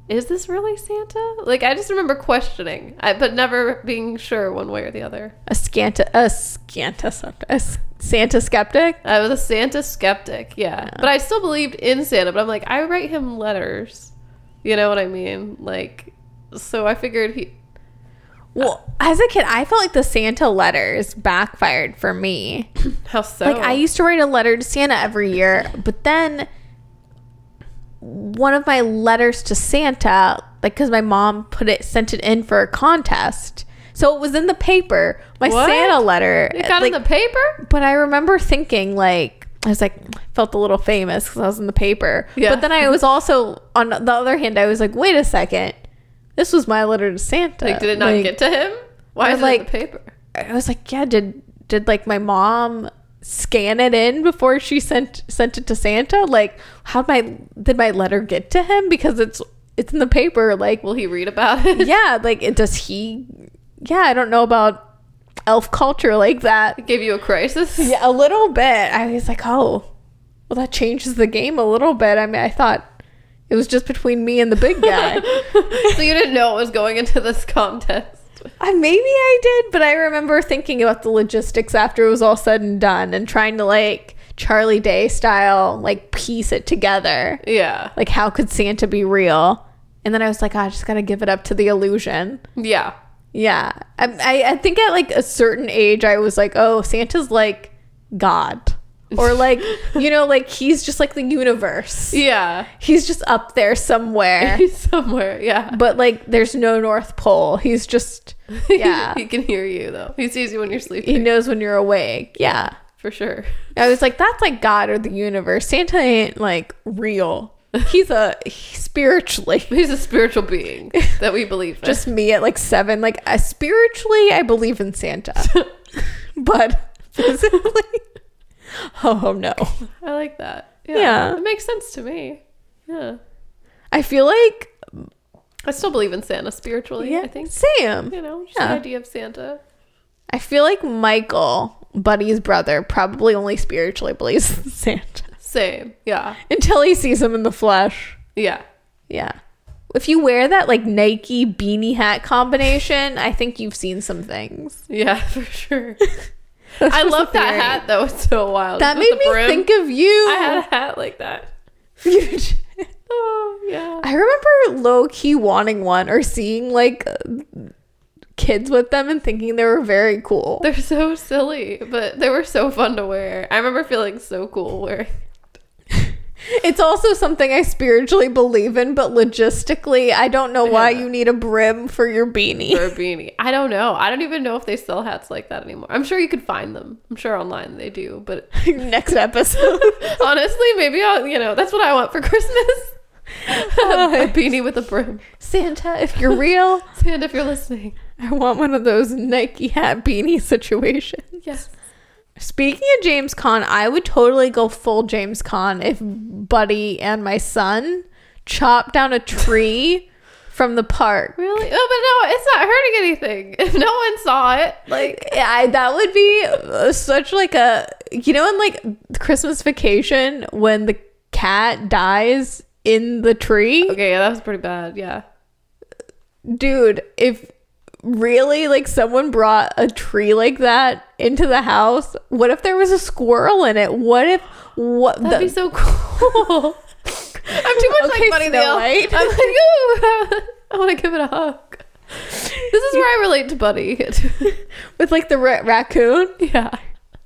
Speaker 6: is this really Santa? Like, I just remember questioning, I, but never being sure one way or the other.
Speaker 5: A scanta, a scanta, skeptic- a s- Santa skeptic.
Speaker 6: I was a Santa skeptic, yeah, but I still believed in Santa. But I'm like, I write him letters. You know what I mean? Like, so I figured he.
Speaker 5: Well, as a kid, I felt like the Santa letters backfired for me.
Speaker 6: How so?
Speaker 5: Like I used to write a letter to Santa every year, but then one of my letters to Santa, like because my mom put it, sent it in for a contest, so it was in the paper. My
Speaker 6: What?
Speaker 5: Santa letter,
Speaker 6: It got
Speaker 5: like,
Speaker 6: in the paper?
Speaker 5: But I remember thinking like I was like I felt a little famous because I was in the paper.
Speaker 6: Yeah.
Speaker 5: But then I was also on the other hand I was like wait a second, this was my letter to Santa.
Speaker 6: Like, did it not
Speaker 5: Like,
Speaker 6: get to him? Why
Speaker 5: I
Speaker 6: is it in
Speaker 5: like-
Speaker 6: the paper?
Speaker 5: I was like yeah did did like my mom scan it in before she sent sent it to Santa? Like how would my did my letter get to him because it's it's in the paper like
Speaker 6: Will he read about it?
Speaker 5: yeah like it does he yeah I don't know about elf culture like that
Speaker 6: Give you a crisis?
Speaker 5: yeah, a little bit. I was like, oh, well, that changes the game a little bit. I mean, I thought it was just between me and the big guy.
Speaker 6: so you didn't know it was going into this contest.
Speaker 5: I, Uh, maybe I did, but I remember thinking about the logistics after it was all said and done and trying to, like, Charlie Day style, like, piece it together.
Speaker 6: Yeah.
Speaker 5: Like, how could Santa be real? And then I was like, oh, I just got to give it up to the illusion.
Speaker 6: Yeah.
Speaker 5: Yeah. I, I, I think at like a certain age, I was like, oh, Santa's like God. Or like, you know, like he's just like the universe.
Speaker 6: Yeah.
Speaker 5: He's just up there somewhere.
Speaker 6: He's somewhere. Yeah.
Speaker 5: but like, there's no North Pole. He's just, yeah.
Speaker 6: he can hear you, though. He sees you when you're sleeping.
Speaker 5: he knows when you're awake. Yeah.
Speaker 6: For sure.
Speaker 5: I was like, that's like God or the universe. Santa ain't like real. He's a he's spiritually.
Speaker 6: He's a spiritual being that we believe in.
Speaker 5: Just me at like seven. Like, I, spiritually, I believe in Santa. but physically, oh no.
Speaker 6: I like that.
Speaker 5: Yeah.
Speaker 6: It makes sense to me. Yeah.
Speaker 5: I feel like,
Speaker 6: I still believe in Santa spiritually, Oh, I think.
Speaker 5: Sam.
Speaker 6: You know, just
Speaker 5: Yeah.
Speaker 6: the idea of Santa.
Speaker 5: I feel like Michael, Buddy's brother, probably only spiritually believes in Santa
Speaker 6: Same. Yeah.
Speaker 5: until he sees him in the flesh.
Speaker 6: Yeah.
Speaker 5: Yeah. If you wear that like Nike beanie hat combination, I think you've seen some things.
Speaker 6: Yeah, for sure. I love that
Speaker 5: Very-
Speaker 6: hat though. It's so wild.
Speaker 5: That
Speaker 6: With
Speaker 5: made
Speaker 6: the
Speaker 5: me
Speaker 6: brim.
Speaker 5: think of you.
Speaker 6: I had a hat like that. Oh yeah.
Speaker 5: I remember low key wanting one or seeing like uh, kids with them and thinking they were very cool.
Speaker 6: They're so silly, but they were so fun to wear. I remember feeling so cool wearing.
Speaker 5: It's also something I spiritually believe in, but logistically, I don't know why
Speaker 6: Yeah.
Speaker 5: you need a brim for your beanie.
Speaker 6: or a beanie. I don't know. I don't even know if they sell hats like that anymore. I'm sure you could find them. I'm sure online they do. But
Speaker 5: Next episode.
Speaker 6: honestly, maybe I'll, you know, that's what I want for Christmas. a beanie with a brim.
Speaker 5: Santa, if you're real,
Speaker 6: Sand if you're listening.
Speaker 5: I want one of those Nike hat beanie situations.
Speaker 6: Yes.
Speaker 5: Speaking of James Con, I would totally go full James Con if Buddy and my son chopped down a tree from the park.
Speaker 6: Really? Oh, but no, it's not hurting anything. If no one saw it, like,
Speaker 5: Yeah, I, that would be uh, such like a you know in like Christmas vacation when the cat dies in the tree,
Speaker 6: okay, yeah, that was pretty bad. Yeah.
Speaker 5: dude. If really like someone brought a tree like that into the house, what if there was a squirrel in it? What if what
Speaker 6: That'd be so cool. I'm too much
Speaker 5: Okay,
Speaker 6: like Bunny
Speaker 5: Snow
Speaker 6: the Elf.
Speaker 5: White.
Speaker 6: I'm like, ooh, I want to give it a hug. This is where I relate to Bunny.
Speaker 5: with like the ra- raccoon?
Speaker 6: Yeah.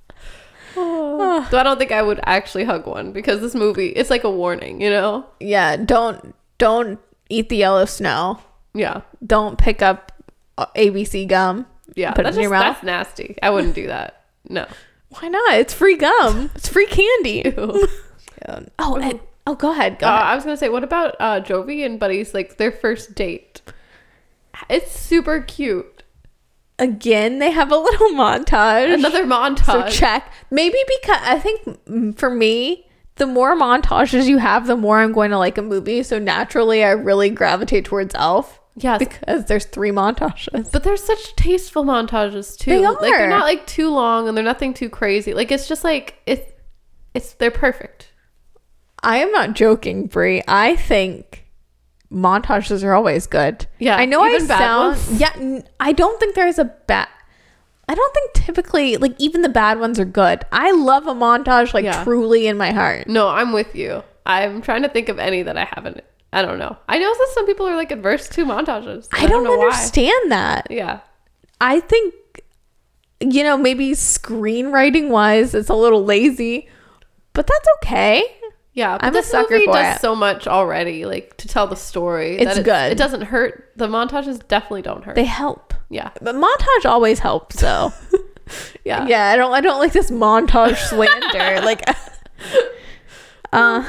Speaker 6: Though I don't think I would actually hug one because this movie, it's like a warning, you know?
Speaker 5: Yeah, don't don't eat the yellow snow.
Speaker 6: Yeah.
Speaker 5: Don't pick up uh, ABC gum.
Speaker 6: Yeah.
Speaker 5: put it
Speaker 6: that's,
Speaker 5: in your
Speaker 6: just-
Speaker 5: mouth.
Speaker 6: that's nasty. I wouldn't do that. No.
Speaker 5: Why not? It's free gum. It's free candy.
Speaker 6: Ew.
Speaker 5: Oh, and, oh, go ahead. Go
Speaker 6: Uh,
Speaker 5: ahead.
Speaker 6: I was gonna say, what about uh, Jovi and Buddy's like their first date? It's super cute.
Speaker 5: Again, they have a little montage.
Speaker 6: Another
Speaker 5: so
Speaker 6: montage.
Speaker 5: check. Maybe because I think mm, for me, the more montages you have, the more I'm going to like a movie. So naturally, I really gravitate towards Elf
Speaker 6: yes,
Speaker 5: because there's three montages.
Speaker 6: but they're such tasteful montages too.
Speaker 5: They
Speaker 6: Like they're
Speaker 5: are.
Speaker 6: not like too long and they're nothing too crazy. Like it's just like it's it's they're perfect.
Speaker 5: I am not joking, Brie. I think montages are always good.
Speaker 6: Yeah,
Speaker 5: I know I
Speaker 6: even bad
Speaker 5: sound.
Speaker 6: ones.
Speaker 5: Yeah, n- I don't think there's a bad. I don't think typically like even the bad ones are good. I love a montage like
Speaker 6: Yeah.
Speaker 5: truly in my heart.
Speaker 6: No, I'm with you. I'm trying to think of any that I haven't. I don't know. I know that some people are like adverse to montages. and
Speaker 5: I don't,
Speaker 6: know why.
Speaker 5: understand that.
Speaker 6: Yeah.
Speaker 5: I think, you know, maybe screenwriting wise, it's a little lazy, but that's okay.
Speaker 6: Yeah, but
Speaker 5: I'm a
Speaker 6: this
Speaker 5: sucker
Speaker 6: movie
Speaker 5: for
Speaker 6: does
Speaker 5: it.
Speaker 6: so much already, like to tell the story.
Speaker 5: It's good.
Speaker 6: It doesn't hurt. The montages definitely don't hurt.
Speaker 5: They help.
Speaker 6: yeah,
Speaker 5: But montage always helps, though.
Speaker 6: yeah,
Speaker 5: yeah, I don't. I don't like this montage slander. like, uh,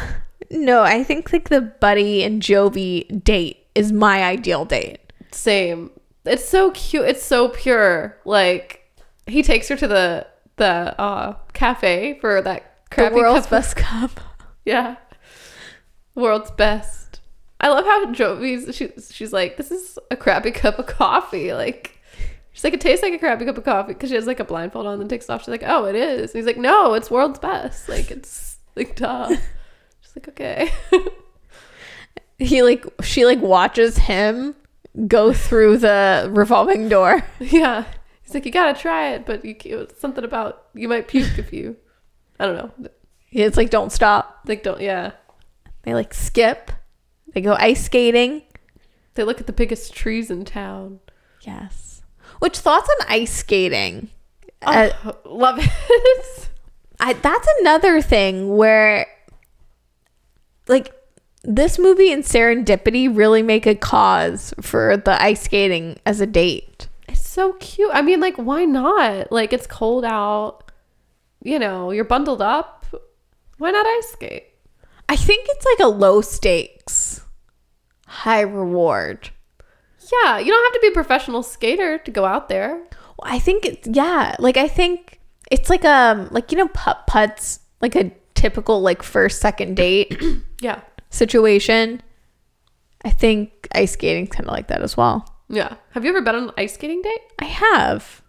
Speaker 5: no, I think like the Buddy and Jovi date is my ideal date.
Speaker 6: Same. It's so cute. It's so pure. Like he takes her to the the uh, cafe for that
Speaker 5: The
Speaker 6: crappy
Speaker 5: world's
Speaker 6: cup-
Speaker 5: best cup.
Speaker 6: Yeah, world's best. I love how Jovi's. She's she's like, this is a crappy cup of coffee. Like. She's like, it tastes like a crappy cup of coffee because she has like a blindfold on and takes it off. She's like, oh, it is. And he's like, no, it's world's best. Like, it's like, duh. She's like, okay.
Speaker 5: He like she like watches him go through the revolving door.
Speaker 6: yeah. He's like, you got to try it, but you, it's something about you might puke if you, I don't know.
Speaker 5: It's like don't stop.
Speaker 6: Like don't yeah.
Speaker 5: They like skip. They go ice skating.
Speaker 6: They look at the biggest trees in town.
Speaker 5: Yes. Which thoughts on ice skating?
Speaker 6: Oh.
Speaker 5: Uh,
Speaker 6: Love it.
Speaker 5: I, that's another thing where, like, this movie and Serendipity really make a cause for the ice skating as a date.
Speaker 6: it's so cute. I mean, like, why not? Like it's cold out. You know, you're bundled up. Why not ice skate?
Speaker 5: I think it's like a low stakes, high reward.
Speaker 6: Yeah, you don't have to be a professional skater to go out there.
Speaker 5: I think it's yeah, like I think it's like um like you know putt putts like a typical like first second date.
Speaker 6: Yeah.
Speaker 5: situation. I think ice skating's kind of like that as well.
Speaker 6: Yeah. Have you ever been on an ice skating date?
Speaker 5: I have.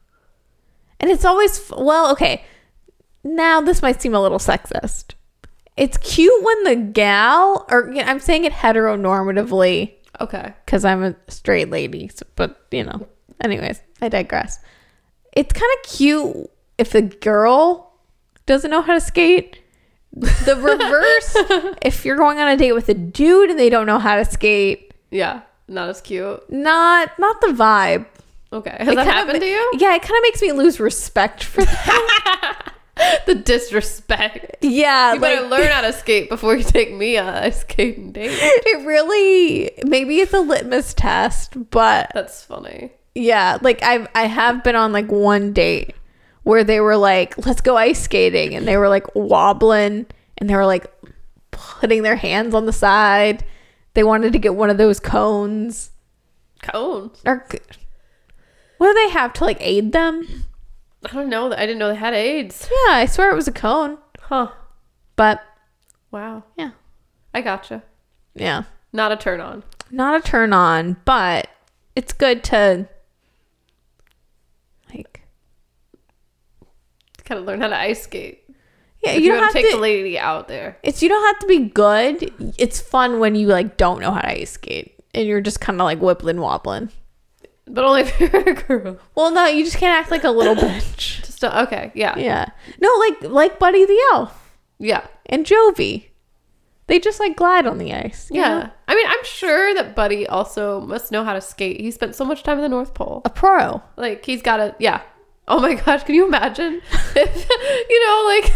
Speaker 5: And it's always, f- well, okay. Now, this might seem a little sexist. It's cute when the gal, or you know, I'm saying it heteronormatively
Speaker 6: Okay.
Speaker 5: because I'm a straight lady. so- But you know, anyways, I digress. It's kind of cute if the girl doesn't know how to skate. The reverse, if you're going on a date with a dude and they don't know how to skate,
Speaker 6: Yeah. Not as cute.
Speaker 5: not not the vibe.
Speaker 6: Okay. Has
Speaker 5: It kinda
Speaker 6: that happened
Speaker 5: ma-
Speaker 6: to you?
Speaker 5: Yeah, it kind of makes me lose respect for that.
Speaker 6: The disrespect.
Speaker 5: yeah,
Speaker 6: You better
Speaker 5: Uh, like-
Speaker 6: learn how to skate before you take me on a skating date.
Speaker 5: It really maybe it's a litmus test, but
Speaker 6: That's funny.
Speaker 5: Yeah, like I've I have been on like one date where they were like, "Let's go ice skating," and they were like wobbling and they were like putting their hands on the side. They wanted to get one of those cones
Speaker 6: Cones.
Speaker 5: or c- what do they have to like aid them?
Speaker 6: I don't know. I didn't know they had AIDS.
Speaker 5: Yeah, I swear it was a cone,
Speaker 6: Huh.
Speaker 5: but
Speaker 6: Wow.
Speaker 5: yeah,
Speaker 6: I gotcha.
Speaker 5: yeah,
Speaker 6: Not a turn on.
Speaker 5: not a turn on, but it's good to like
Speaker 6: Gotta learn how to ice skate.
Speaker 5: yeah,
Speaker 6: If
Speaker 5: you don't
Speaker 6: wanna
Speaker 5: have
Speaker 6: take
Speaker 5: to
Speaker 6: the lady out there.
Speaker 5: It's you don't have to be good. It's fun when you like don't know how to ice skate and you're just kind of like whippling wobbling.
Speaker 6: But only if you're a girl.
Speaker 5: Well, no, you just can't act like a little bitch.
Speaker 6: Just a, okay, yeah. yeah.
Speaker 5: Yeah. No, like like Buddy the Elf
Speaker 6: Yeah.
Speaker 5: and Jovi. They just like glide on the ice. you know?
Speaker 6: I mean, I'm sure that Buddy also must know how to skate. He spent so much time in the North Pole.
Speaker 5: A pro.
Speaker 6: Like he's got a yeah. Oh my gosh, can you imagine? If, you know, like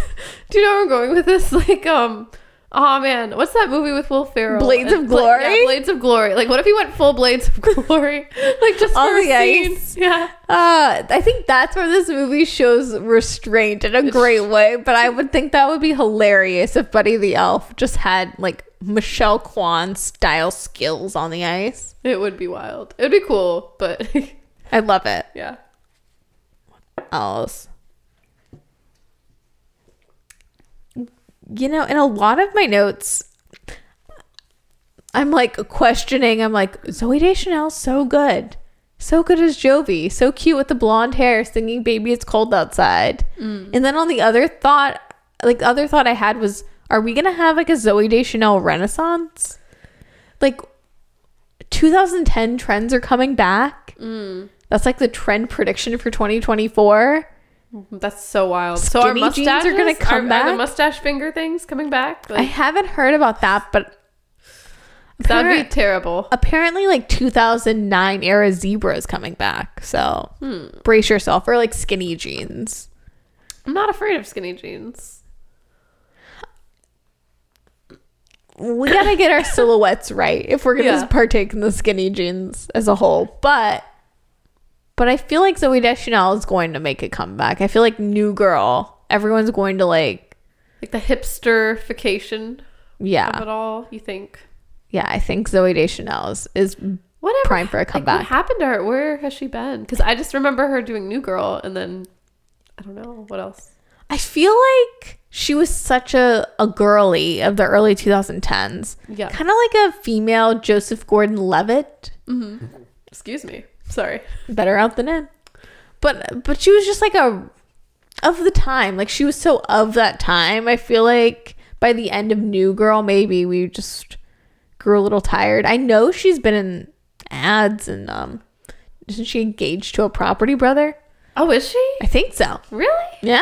Speaker 6: do you know where I'm going with this? Like, um oh man, what's that movie with Will Ferrell?
Speaker 5: Blades of
Speaker 6: And Bla- yeah,
Speaker 5: Glory?
Speaker 6: Blades of Glory. Like what if he went full Blades of Glory? like just
Speaker 5: On
Speaker 6: for a
Speaker 5: the
Speaker 6: scene.
Speaker 5: ice.
Speaker 6: Yeah.
Speaker 5: Uh, I think that's where this movie shows restraint in a great way, but I would think that would be hilarious if Buddy the Elf just had like Michelle Kwan style skills on the ice.
Speaker 6: It would be wild. It would be cool, but
Speaker 5: I love it.
Speaker 6: yeah.
Speaker 5: else. You know, in a lot of my notes, I'm like questioning. I'm like, Zoe Deschanel's so good. So good as Jovi. So cute with the blonde hair singing Baby It's Cold Outside. And then on the other thought, like, the other thought I had was, are we going to have like a Zoe Deschanel renaissance? Like, 2010 trends are coming back. That's like the trend prediction for 2024.
Speaker 6: That's so wild. So our
Speaker 5: Skinny jeans are
Speaker 6: mustaches are
Speaker 5: gonna
Speaker 6: gonna
Speaker 5: come
Speaker 6: come Are
Speaker 5: back?
Speaker 6: the mustache finger things coming back?
Speaker 5: I
Speaker 6: Like,
Speaker 5: haven't heard about that, but
Speaker 6: that'd
Speaker 5: apparent-
Speaker 6: be terrible.
Speaker 5: apparently like 2009 era zebra is coming back. So
Speaker 6: Hmm.
Speaker 5: brace yourself for like skinny jeans.
Speaker 6: I'm not afraid of skinny jeans.
Speaker 5: We got to get our silhouettes right if we're going to
Speaker 6: Yeah.
Speaker 5: partake in the skinny jeans as a whole. But but I feel like Zoe Deschanel is going to make a comeback. I feel like New Girl, everyone's going to like
Speaker 6: Like the hipsterification of it
Speaker 5: yeah.
Speaker 6: all, you think?
Speaker 5: Yeah, I think Zoe Deschanel is, is
Speaker 6: Whatever.
Speaker 5: Prime for a
Speaker 6: like,
Speaker 5: comeback.
Speaker 6: what happened to her? Where has she been? Because I just remember her doing New Girl, and then I don't know what else.
Speaker 5: I feel like she was such a, a girly of the early 2010s.
Speaker 6: Yeah.
Speaker 5: Kind of like a female Joseph Gordon Levitt.
Speaker 6: Excuse me. Sorry.
Speaker 5: Better out than in. But but she was just like a of the time. Like she was so of that time. I feel like by the end of New Girl, maybe we just grew a little tired. I know she's been in ads and um isn't she engaged to a property brother?
Speaker 6: Oh, is she
Speaker 5: I think so.
Speaker 6: really?
Speaker 5: Yeah.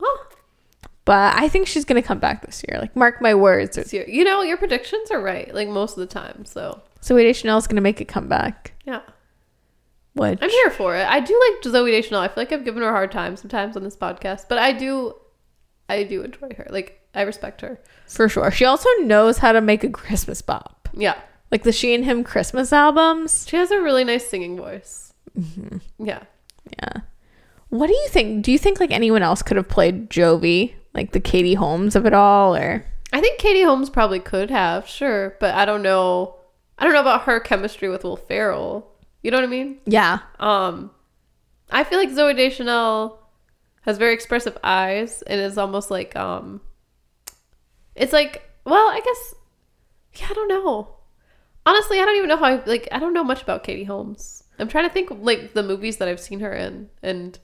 Speaker 6: Oh,
Speaker 5: But I think she's gonna come back this year. Like mark my words.
Speaker 6: it's you. You know, your predictions are right, like most of the time. So
Speaker 5: Zoe Deschanel's gonna make a comeback.
Speaker 6: yeah,
Speaker 5: Which
Speaker 6: I'm here for it. I do like Zoe Deschanel. I feel like I've given her a hard time sometimes on this podcast, but I do, I do enjoy her. Like I respect her.
Speaker 5: for sure. She also knows how to make a Christmas bop.
Speaker 6: Yeah,
Speaker 5: Like the She and Him Christmas albums.
Speaker 6: she has a really nice singing voice.
Speaker 5: Mm-hmm.
Speaker 6: Yeah.
Speaker 5: Yeah. What do you think? Do you think like anyone else could have played Jovi? Like the Katie Holmes of it all or
Speaker 6: I think Katie Holmes probably could have, sure, but I don't know. I don't know about her chemistry with Will Ferrell. You know what I mean?
Speaker 5: Yeah.
Speaker 6: Um, I feel like Zoe Deschanel has very expressive eyes and is almost like um, it's like well, I guess yeah, I don't know. Honestly, I don't even know how I like. I don't know much about Katie Holmes. I'm trying to think of, like the movies that I've seen her in, and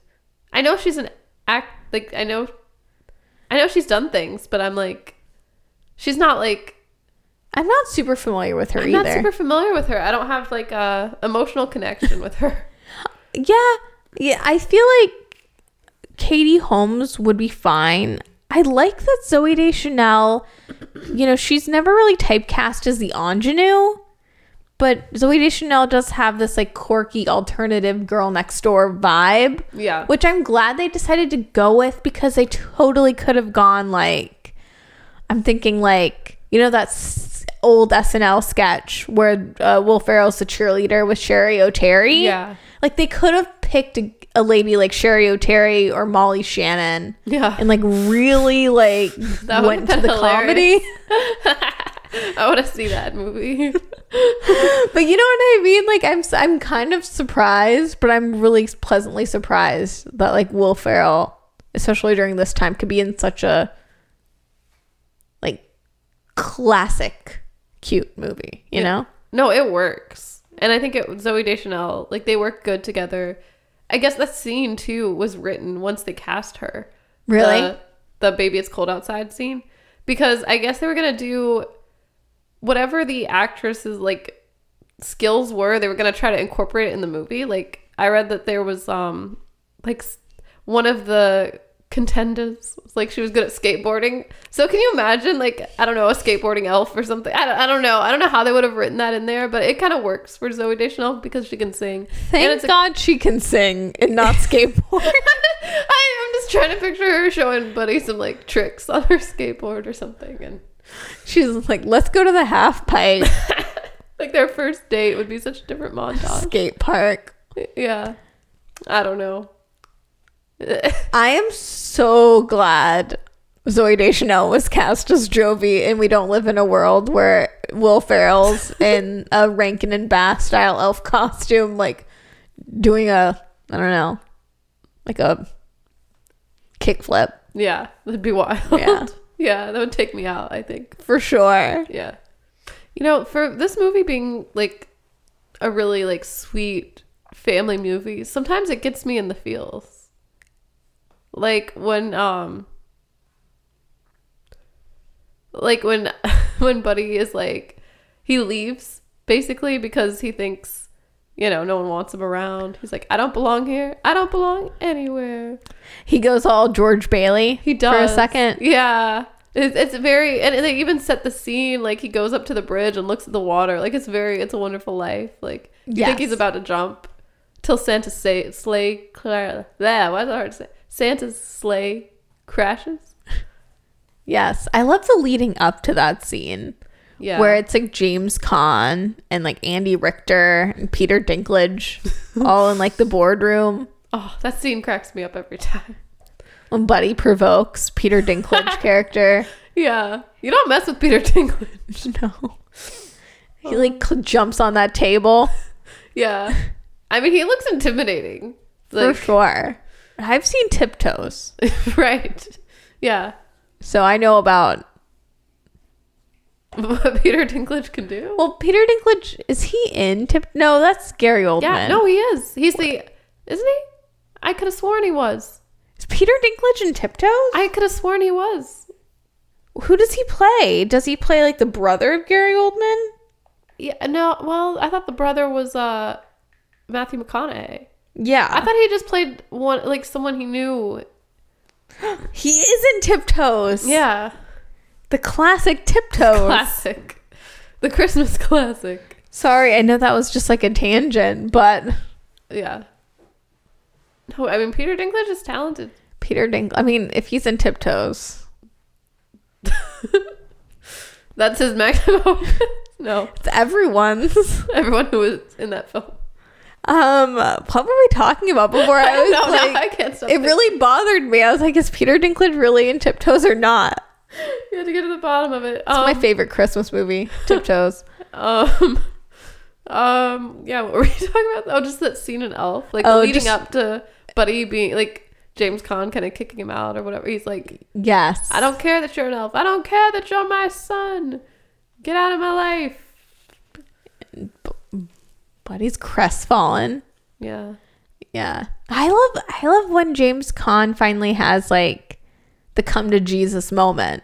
Speaker 6: I know she's an act. Like I know, I know she's done things, but I'm like, she's not like
Speaker 5: I'm not super familiar with her
Speaker 6: I'm
Speaker 5: either.
Speaker 6: not super familiar with her. I don't have like a emotional connection with her.
Speaker 5: Yeah. Yeah. I feel like Katie Holmes would be fine. I like that Zoe Deschanel, you know, she's never really typecast as the ingenue, but Zoe Deschanel does have this like quirky alternative girl next door vibe.
Speaker 6: Yeah.
Speaker 5: Which I'm glad they decided to go with because they totally could have gone like, I'm thinking like, you know, that s- old SNL sketch where uh, Will Ferrell's the cheerleader with Sherry O'Terry.
Speaker 6: Yeah.
Speaker 5: Like they could have picked a, a lady like Sherry O'Terry or Molly Shannon.
Speaker 6: Yeah.
Speaker 5: And like really like
Speaker 6: That
Speaker 5: went
Speaker 6: would've
Speaker 5: to
Speaker 6: been
Speaker 5: the
Speaker 6: hilarious.
Speaker 5: comedy.
Speaker 6: I want to see that movie.
Speaker 5: But you know what I mean? Like I'm s- I'm kind of surprised, but I'm really pleasantly surprised that like Will Ferrell, especially during this time, could be in such a like classic cute movie. You know?
Speaker 6: no, it works, and I think it Zoe Deschanel like they work good together. I guess that scene too was written once they cast her.
Speaker 5: Really?
Speaker 6: the, the baby it's cold outside scene because I guess they were gonna do whatever the actress's like skills were. They were gonna try to incorporate it in the movie. Like I read that there was um like s- one of the contenders was, like she was good at skateboarding. So can you imagine like I don't know a skateboarding elf or something? I don't, I don't know. I don't know how they would have written that in there, but it kind of works for Zoe Deschanel because she can sing. and
Speaker 5: Thank
Speaker 6: it's a-
Speaker 5: God she can sing and not skateboard.
Speaker 6: I, I'm just trying to picture her showing Buddy some like tricks on her skateboard or something, and
Speaker 5: She's like, let's go to the half pipe
Speaker 6: like their first date would be such a different montage.
Speaker 5: skate park.
Speaker 6: Yeah, I don't know.
Speaker 5: I am so glad Zoe Deschanel was cast as Jovi, and we don't live in a world where Will Ferrell's in a Rankin and Bass style elf costume, like doing a I don't know, like a kickflip
Speaker 6: Yeah, that'd be wild.
Speaker 5: Yeah.
Speaker 6: yeah, that would take me out. I think.
Speaker 5: for sure.
Speaker 6: Yeah, you know, for this movie being like a really like sweet family movie, sometimes it gets me in the feels. Like when um like when when buddy is like he leaves basically because he thinks you know no one wants him around he's like i don't belong here i don't belong anywhere
Speaker 5: He goes all George Bailey.
Speaker 6: he does
Speaker 5: for a second.
Speaker 6: yeah it's, it's very and they even set the scene like he goes up to the bridge and looks at the water like it's very it's a wonderful life like you think he's
Speaker 5: Yes.
Speaker 6: about to jump till santa say, sleigh cla- blah, why is it hard to say santa's sleigh crashes
Speaker 5: Yes, I love the leading up to that scene.
Speaker 6: yeah
Speaker 5: where it's like James Caan and like Andy Richter and Peter Dinklage all in like the boardroom.
Speaker 6: oh that scene cracks me up every time
Speaker 5: When Buddy provokes Peter Dinklage character,
Speaker 6: yeah you don't mess with peter dinklage
Speaker 5: no, he like cl- jumps on that table
Speaker 6: yeah i mean he looks intimidating
Speaker 5: for
Speaker 6: like
Speaker 5: sure. I've seen Tiptoes,
Speaker 6: right yeah
Speaker 5: so I know about.
Speaker 6: what peter dinklage can do
Speaker 5: Well, Peter Dinklage is he in Tip? No, that's Gary Oldman.
Speaker 6: Yeah, no, he is. He's the, isn't he? I could have sworn he was.
Speaker 5: is Peter Dinklage in Tiptoes?
Speaker 6: I could have sworn he was.
Speaker 5: Who does he play? Does he play like the brother of Gary Oldman?
Speaker 6: Yeah, no. Well, I thought the brother was uh Matthew McConaughey.
Speaker 5: Yeah,
Speaker 6: I thought he just played one like someone he knew.
Speaker 5: he is in Tiptoes.
Speaker 6: Yeah,
Speaker 5: The classic tiptoes.
Speaker 6: classic, the Christmas classic.
Speaker 5: Sorry, I know that was just like a tangent, but
Speaker 6: Yeah. No, I mean Peter Dinklage is talented.
Speaker 5: Peter Dinklage. I mean, if he's in tiptoes,
Speaker 6: That's his maximum. no,
Speaker 5: it's everyone's.
Speaker 6: everyone who was in that film.
Speaker 5: Um, what were we talking about before? I was
Speaker 6: No, no,
Speaker 5: like,
Speaker 6: I can't stop
Speaker 5: It
Speaker 6: thinking.
Speaker 5: really bothered me. I was like, is Peter Dinklage really in tiptoes or not?
Speaker 6: You had to get to the bottom of it.
Speaker 5: It's my favorite Christmas movie, Tiptoes.
Speaker 6: Um, um, yeah, what were you talking about? Oh, just that scene in Elf, like
Speaker 5: Oh,
Speaker 6: leading
Speaker 5: just-
Speaker 6: up to Buddy being like James Caan kind of kicking him out or whatever. He's like,
Speaker 5: yes,
Speaker 6: I don't care that you're an elf. I don't care that you're my son. Get out of my life.
Speaker 5: But he's crestfallen.
Speaker 6: Yeah.
Speaker 5: Yeah, I love. I love when James Caan finally has like the come to Jesus moment.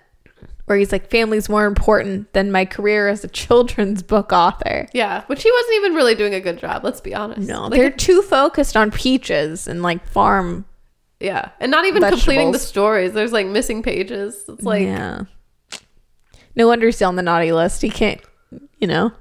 Speaker 5: where he's like, family's more important than my career as a children's book author.
Speaker 6: Yeah, which he wasn't even really doing a good job. Let's be honest.
Speaker 5: No,
Speaker 6: Like,
Speaker 5: they're
Speaker 6: it-
Speaker 5: too focused on peaches and like farm.
Speaker 6: yeah, and not even completing the
Speaker 5: Vegetables.
Speaker 6: stories. There's like missing pages. It's like yeah,
Speaker 5: yeah. No wonder he's on the naughty list. He can't, you know,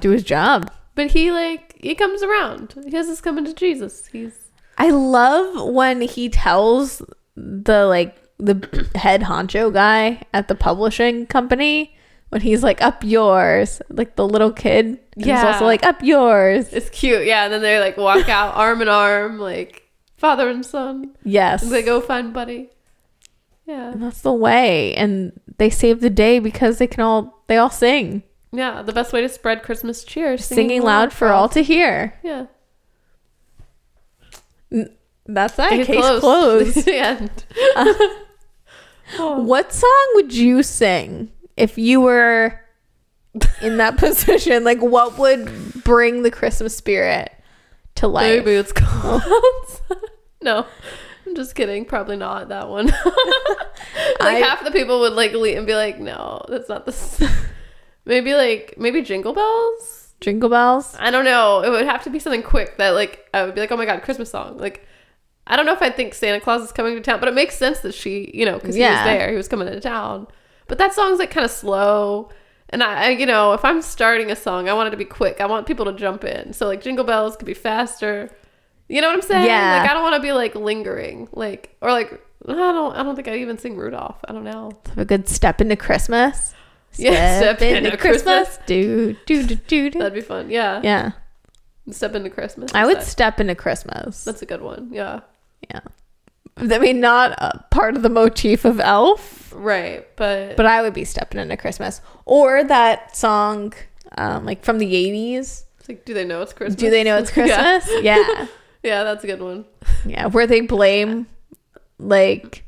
Speaker 5: do his job.
Speaker 6: but he like he comes around. He has us coming to Jesus. He's
Speaker 5: I love when he tells the like the head honcho guy at the publishing company when he's like up yours, like the little kid. and He's
Speaker 6: Yeah.
Speaker 5: also like up yours.
Speaker 6: it's cute. Yeah, and then they like walk out arm in arm, like father and son.
Speaker 5: Yes.
Speaker 6: They go find buddy. Yeah,
Speaker 5: And that's the way. And they save the day because they can all they all sing.
Speaker 6: yeah. The best way to spread Christmas cheer: is
Speaker 5: Singing, loud for all to hear.
Speaker 6: Yeah,
Speaker 5: That's that
Speaker 6: They
Speaker 5: case
Speaker 6: closed.
Speaker 5: closed.
Speaker 6: the end.
Speaker 5: what song would you sing if you were in that position? Like what would bring the Christmas spirit to life?
Speaker 6: Maybe it's called. no, I'm just kidding. Probably not that one. like
Speaker 5: I-
Speaker 6: half the people would like leave and be like, "No, that's not the." s-" maybe like maybe Jingle Bells.
Speaker 5: Jingle bells.
Speaker 6: I don't know. It would have to be something quick that like I would be like, "Oh my god, Christmas song!" Like. I don't know if I think Santa Claus is coming to town, but it makes sense that she, you know, because he
Speaker 5: Yeah.
Speaker 6: was there, he was coming to town. But that song's like kind of slow, and I, I, you know, if I'm starting a song, I want it to be quick. I want people to jump in. So like Jingle Bells could be faster. You know what I'm saying?
Speaker 5: Yeah.
Speaker 6: Like I don't want to be like lingering, like or like I don't. I don't think I would even sing Rudolph. I don't know.
Speaker 5: Have a good step into Christmas.
Speaker 6: Yeah, step into Christmas.
Speaker 5: Do do do do do.
Speaker 6: That'd be fun. Yeah.
Speaker 5: Yeah,
Speaker 6: Step into Christmas.
Speaker 5: I would
Speaker 6: instead.
Speaker 5: step into Christmas.
Speaker 6: That's a good one. Yeah.
Speaker 5: yeah, I mean not a part of the motif of Elf,
Speaker 6: Right. But,
Speaker 5: but I would be stepping into Christmas or that song, um, like from the eighties.
Speaker 6: it's like, do they know it's Christmas?
Speaker 5: Do they know it's
Speaker 6: yeah.
Speaker 5: Christmas? yeah,
Speaker 6: Yeah, that's a good one.
Speaker 5: yeah, where they blame like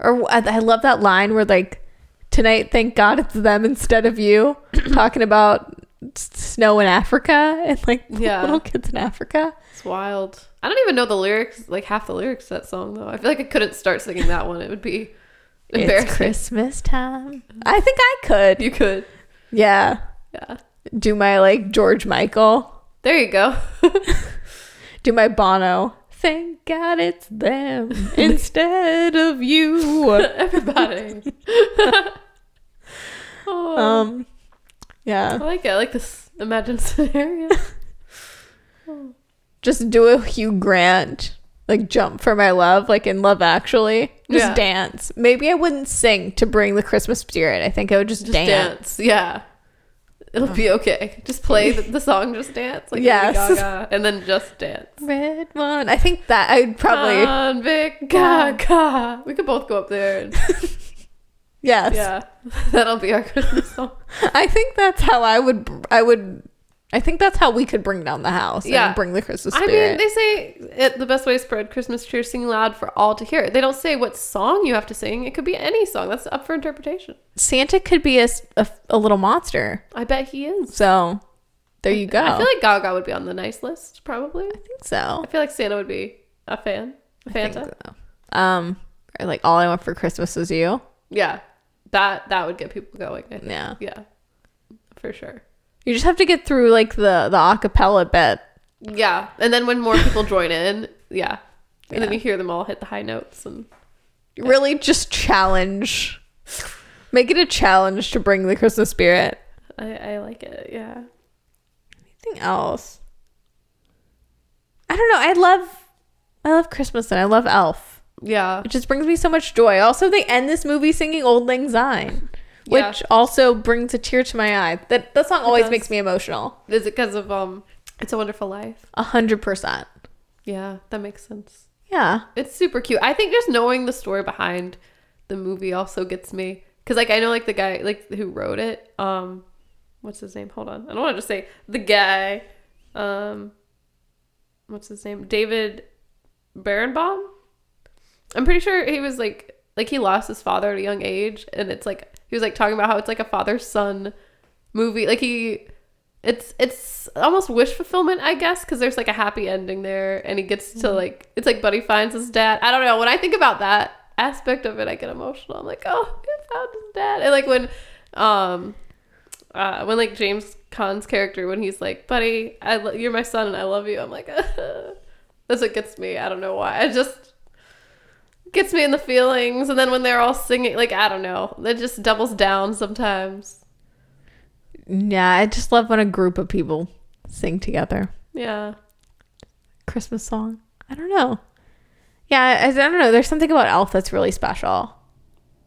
Speaker 5: or I, I love that line where like tonight thank god it's them instead of you talking about s- snow in africa and like
Speaker 6: Yeah.
Speaker 5: little kids in africa
Speaker 6: It's wild. I don't even know the lyrics, like half the lyrics to that song though. I feel like I couldn't start singing that one. It would be embarrassing.
Speaker 5: it's christmas time i think i could
Speaker 6: You could.
Speaker 5: yeah
Speaker 6: Yeah.
Speaker 5: do my like george michael
Speaker 6: There you go.
Speaker 5: do my bono thank god it's them instead of you
Speaker 6: Everybody. oh,
Speaker 5: um yeah
Speaker 6: I like it. I like this imagined scenario.
Speaker 5: just do a Hugh Grant like jump for my love like in Love Actually. Just
Speaker 6: Yeah.
Speaker 5: dance. Maybe I wouldn't sing to bring the Christmas spirit. I think I would just,
Speaker 6: Just
Speaker 5: dance. Um.
Speaker 6: dance. Yeah. It'll be okay. Just play the, the song, just dance. Like Lady
Speaker 5: Yes.
Speaker 6: Gaga, and then just dance.
Speaker 5: Red one. I think that I'd probably
Speaker 6: Ah, Convict Gaga. We could both go up there. And,
Speaker 5: yes.
Speaker 6: yeah. That'll be our Christmas song.
Speaker 5: I think that's how I would. br- I would. I think that's how we could bring down the house.
Speaker 6: Yeah.
Speaker 5: and bring the Christmas
Speaker 6: I
Speaker 5: spirit.
Speaker 6: mean, they say it, the best way to spread Christmas cheer is sing loud for all to hear. They don't say what song you have to sing. It could be any song. That's up for interpretation.
Speaker 5: Santa could be a, s- a f- a little monster.
Speaker 6: I bet he is.
Speaker 5: So there you go.
Speaker 6: I feel like Gaga would be on the nice list, probably.
Speaker 5: I think so.
Speaker 6: I feel like Santa would be a fan. A Fanta.
Speaker 5: so. Um, or like all I want for Christmas is you.
Speaker 6: Yeah. That that would get people going. I think.
Speaker 5: Yeah.
Speaker 6: Yeah. For sure.
Speaker 5: You just have to get through like the the acapella bit.
Speaker 6: Yeah. And then when more people join in, yeah. And then
Speaker 5: Yeah.
Speaker 6: you hear them all hit the high notes and
Speaker 5: Really, just challenge. Make it a challenge to bring the Christmas spirit.
Speaker 6: I, I like it. Yeah.
Speaker 5: Anything else? I don't know. I love, I love Christmas and I love Elf.
Speaker 6: Yeah.
Speaker 5: It just brings me so much joy. Also, they end this movie singing "Old Lang Syne," which
Speaker 6: Yeah.
Speaker 5: also brings a tear to my eye. That that song always
Speaker 6: does.
Speaker 5: makes me emotional.
Speaker 6: Is it because of um It's a Wonderful Life?
Speaker 5: A hundred percent.
Speaker 6: Yeah, that makes sense.
Speaker 5: Yeah.
Speaker 6: It's super cute. I think just knowing the story behind the movie also gets me because like I know like the guy like who wrote it. Um, what's his name? Hold on, I don't want to just say the guy. Um, what's his name? David Barenbaum. I'm pretty sure he was like like he lost his father at a young age, and it's like he was like talking about how it's like a father son movie. Like he, it's it's almost wish fulfillment, I guess, because there's like a happy ending there, and he gets to like it's like Buddy finds his dad. I don't know. When I think about that, aspect of it, I get emotional. I'm like, oh, I found his dad. And like when, um, uh, when like James Conn's character, when he's like, buddy, I lo- you're my son and I love you. I'm like, that's what gets me. I don't know why. It just gets me in the feelings. And then when they're all singing, like, I don't know, it just doubles down sometimes.
Speaker 5: Yeah, I just love when a group of people sing together.
Speaker 6: Yeah.
Speaker 5: Christmas song. I don't know. Yeah, I, I don't know. There's something about Elf that's really special.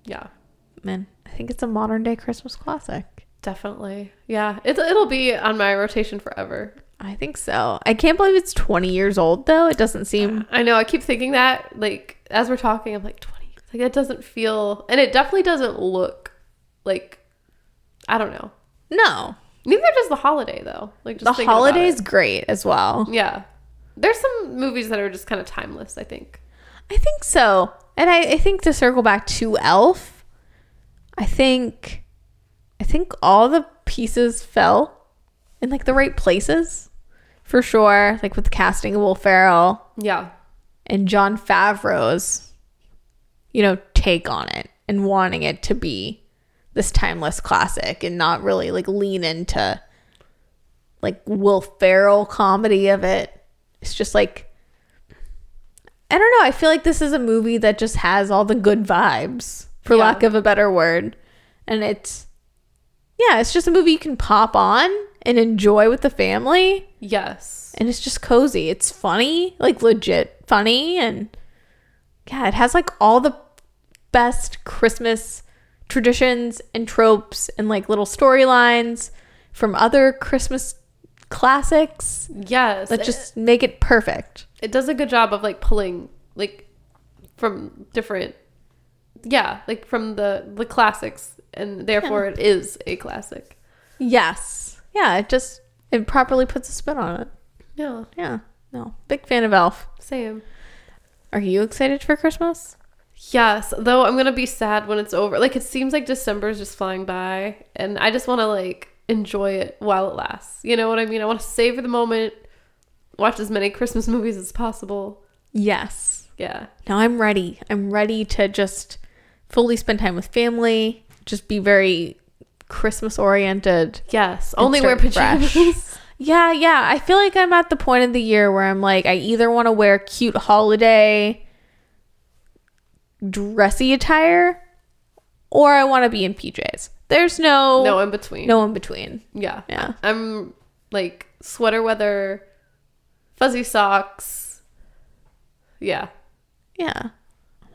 Speaker 6: Yeah.
Speaker 5: Man, I think it's a modern day Christmas classic.
Speaker 6: Definitely. Yeah. It, it'll be on my rotation forever.
Speaker 5: I think so. I can't believe it's 20 years old though. It doesn't seem
Speaker 6: I know. I keep thinking that, like, as we're talking, I'm like 20. Like, that doesn't feel, and it definitely doesn't look like, I don't know.
Speaker 5: no.
Speaker 6: Neither does the holiday, though. Like, just
Speaker 5: The
Speaker 6: thinking about
Speaker 5: holiday's
Speaker 6: it.
Speaker 5: great as well.
Speaker 6: Yeah. There's some movies that are just kind of timeless, I think.
Speaker 5: I think so. And I, I think to circle back to Elf, I think I think all the pieces fell in like the right places for sure. Like with the casting of Will Ferrell
Speaker 6: Yeah.
Speaker 5: and John Favreau's, you know, take on it and wanting it to be this timeless classic and not really like lean into like Will Ferrell comedy of it. It's just like I don't know. I feel like this is a movie that just has all the good vibes, for
Speaker 6: Yeah.
Speaker 5: lack of a better word, and it's yeah, it's just a movie you can pop on and enjoy with the family
Speaker 6: Yes.
Speaker 5: and it's just cozy. It's funny, like legit funny, and yeah, it has like all the best Christmas traditions and tropes and like little storylines from other Christmas classics
Speaker 6: Yes.
Speaker 5: that
Speaker 6: It-
Speaker 5: just make it perfect.
Speaker 6: it does a good job of like pulling like from different yeah like from the the classics and therefore it is a classic
Speaker 5: Yes, yeah, it just it properly puts a spin on it.
Speaker 6: yeah
Speaker 5: Yeah, no, big fan of Elf.
Speaker 6: same
Speaker 5: Are you excited for Christmas?
Speaker 6: yes though i'm gonna be sad when it's over like it seems like december is just flying by and i just want to like enjoy it while it lasts you know what i mean i want to savor the moment watch as many christmas movies as possible
Speaker 5: Yes.
Speaker 6: yeah
Speaker 5: now I'm ready. I'm ready to just fully spend time with family, just be very Christmas oriented.
Speaker 6: yes only wear
Speaker 5: start fresh.
Speaker 6: pajamas
Speaker 5: Yeah, yeah. I feel like I'm at the point of the year where I'm like, I either want to wear cute holiday dressy attire or I want to be in PJs. There's no
Speaker 6: no in between
Speaker 5: no in between.
Speaker 6: Yeah.
Speaker 5: Yeah.
Speaker 6: I'm like sweater weather, fuzzy socks. Yeah.
Speaker 5: Yeah.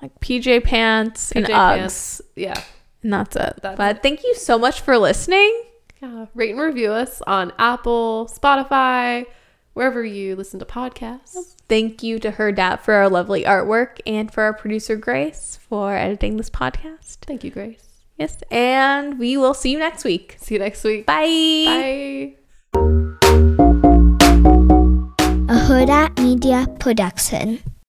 Speaker 5: Like PJ pants and
Speaker 6: PJ
Speaker 5: Uggs.
Speaker 6: pants. Yeah.
Speaker 5: And that's it.
Speaker 6: That's
Speaker 5: but thank you so much for listening.
Speaker 6: Yeah. Rate and review us on Apple, Spotify, wherever you listen to podcasts.
Speaker 5: Thank you to her dad for our lovely artwork and for our producer Grace for editing this podcast.
Speaker 6: Thank you, Grace.
Speaker 5: Yes, and we will see you next week.
Speaker 6: See you next week.
Speaker 5: Bye.
Speaker 6: Bye.
Speaker 8: a Huda Media production.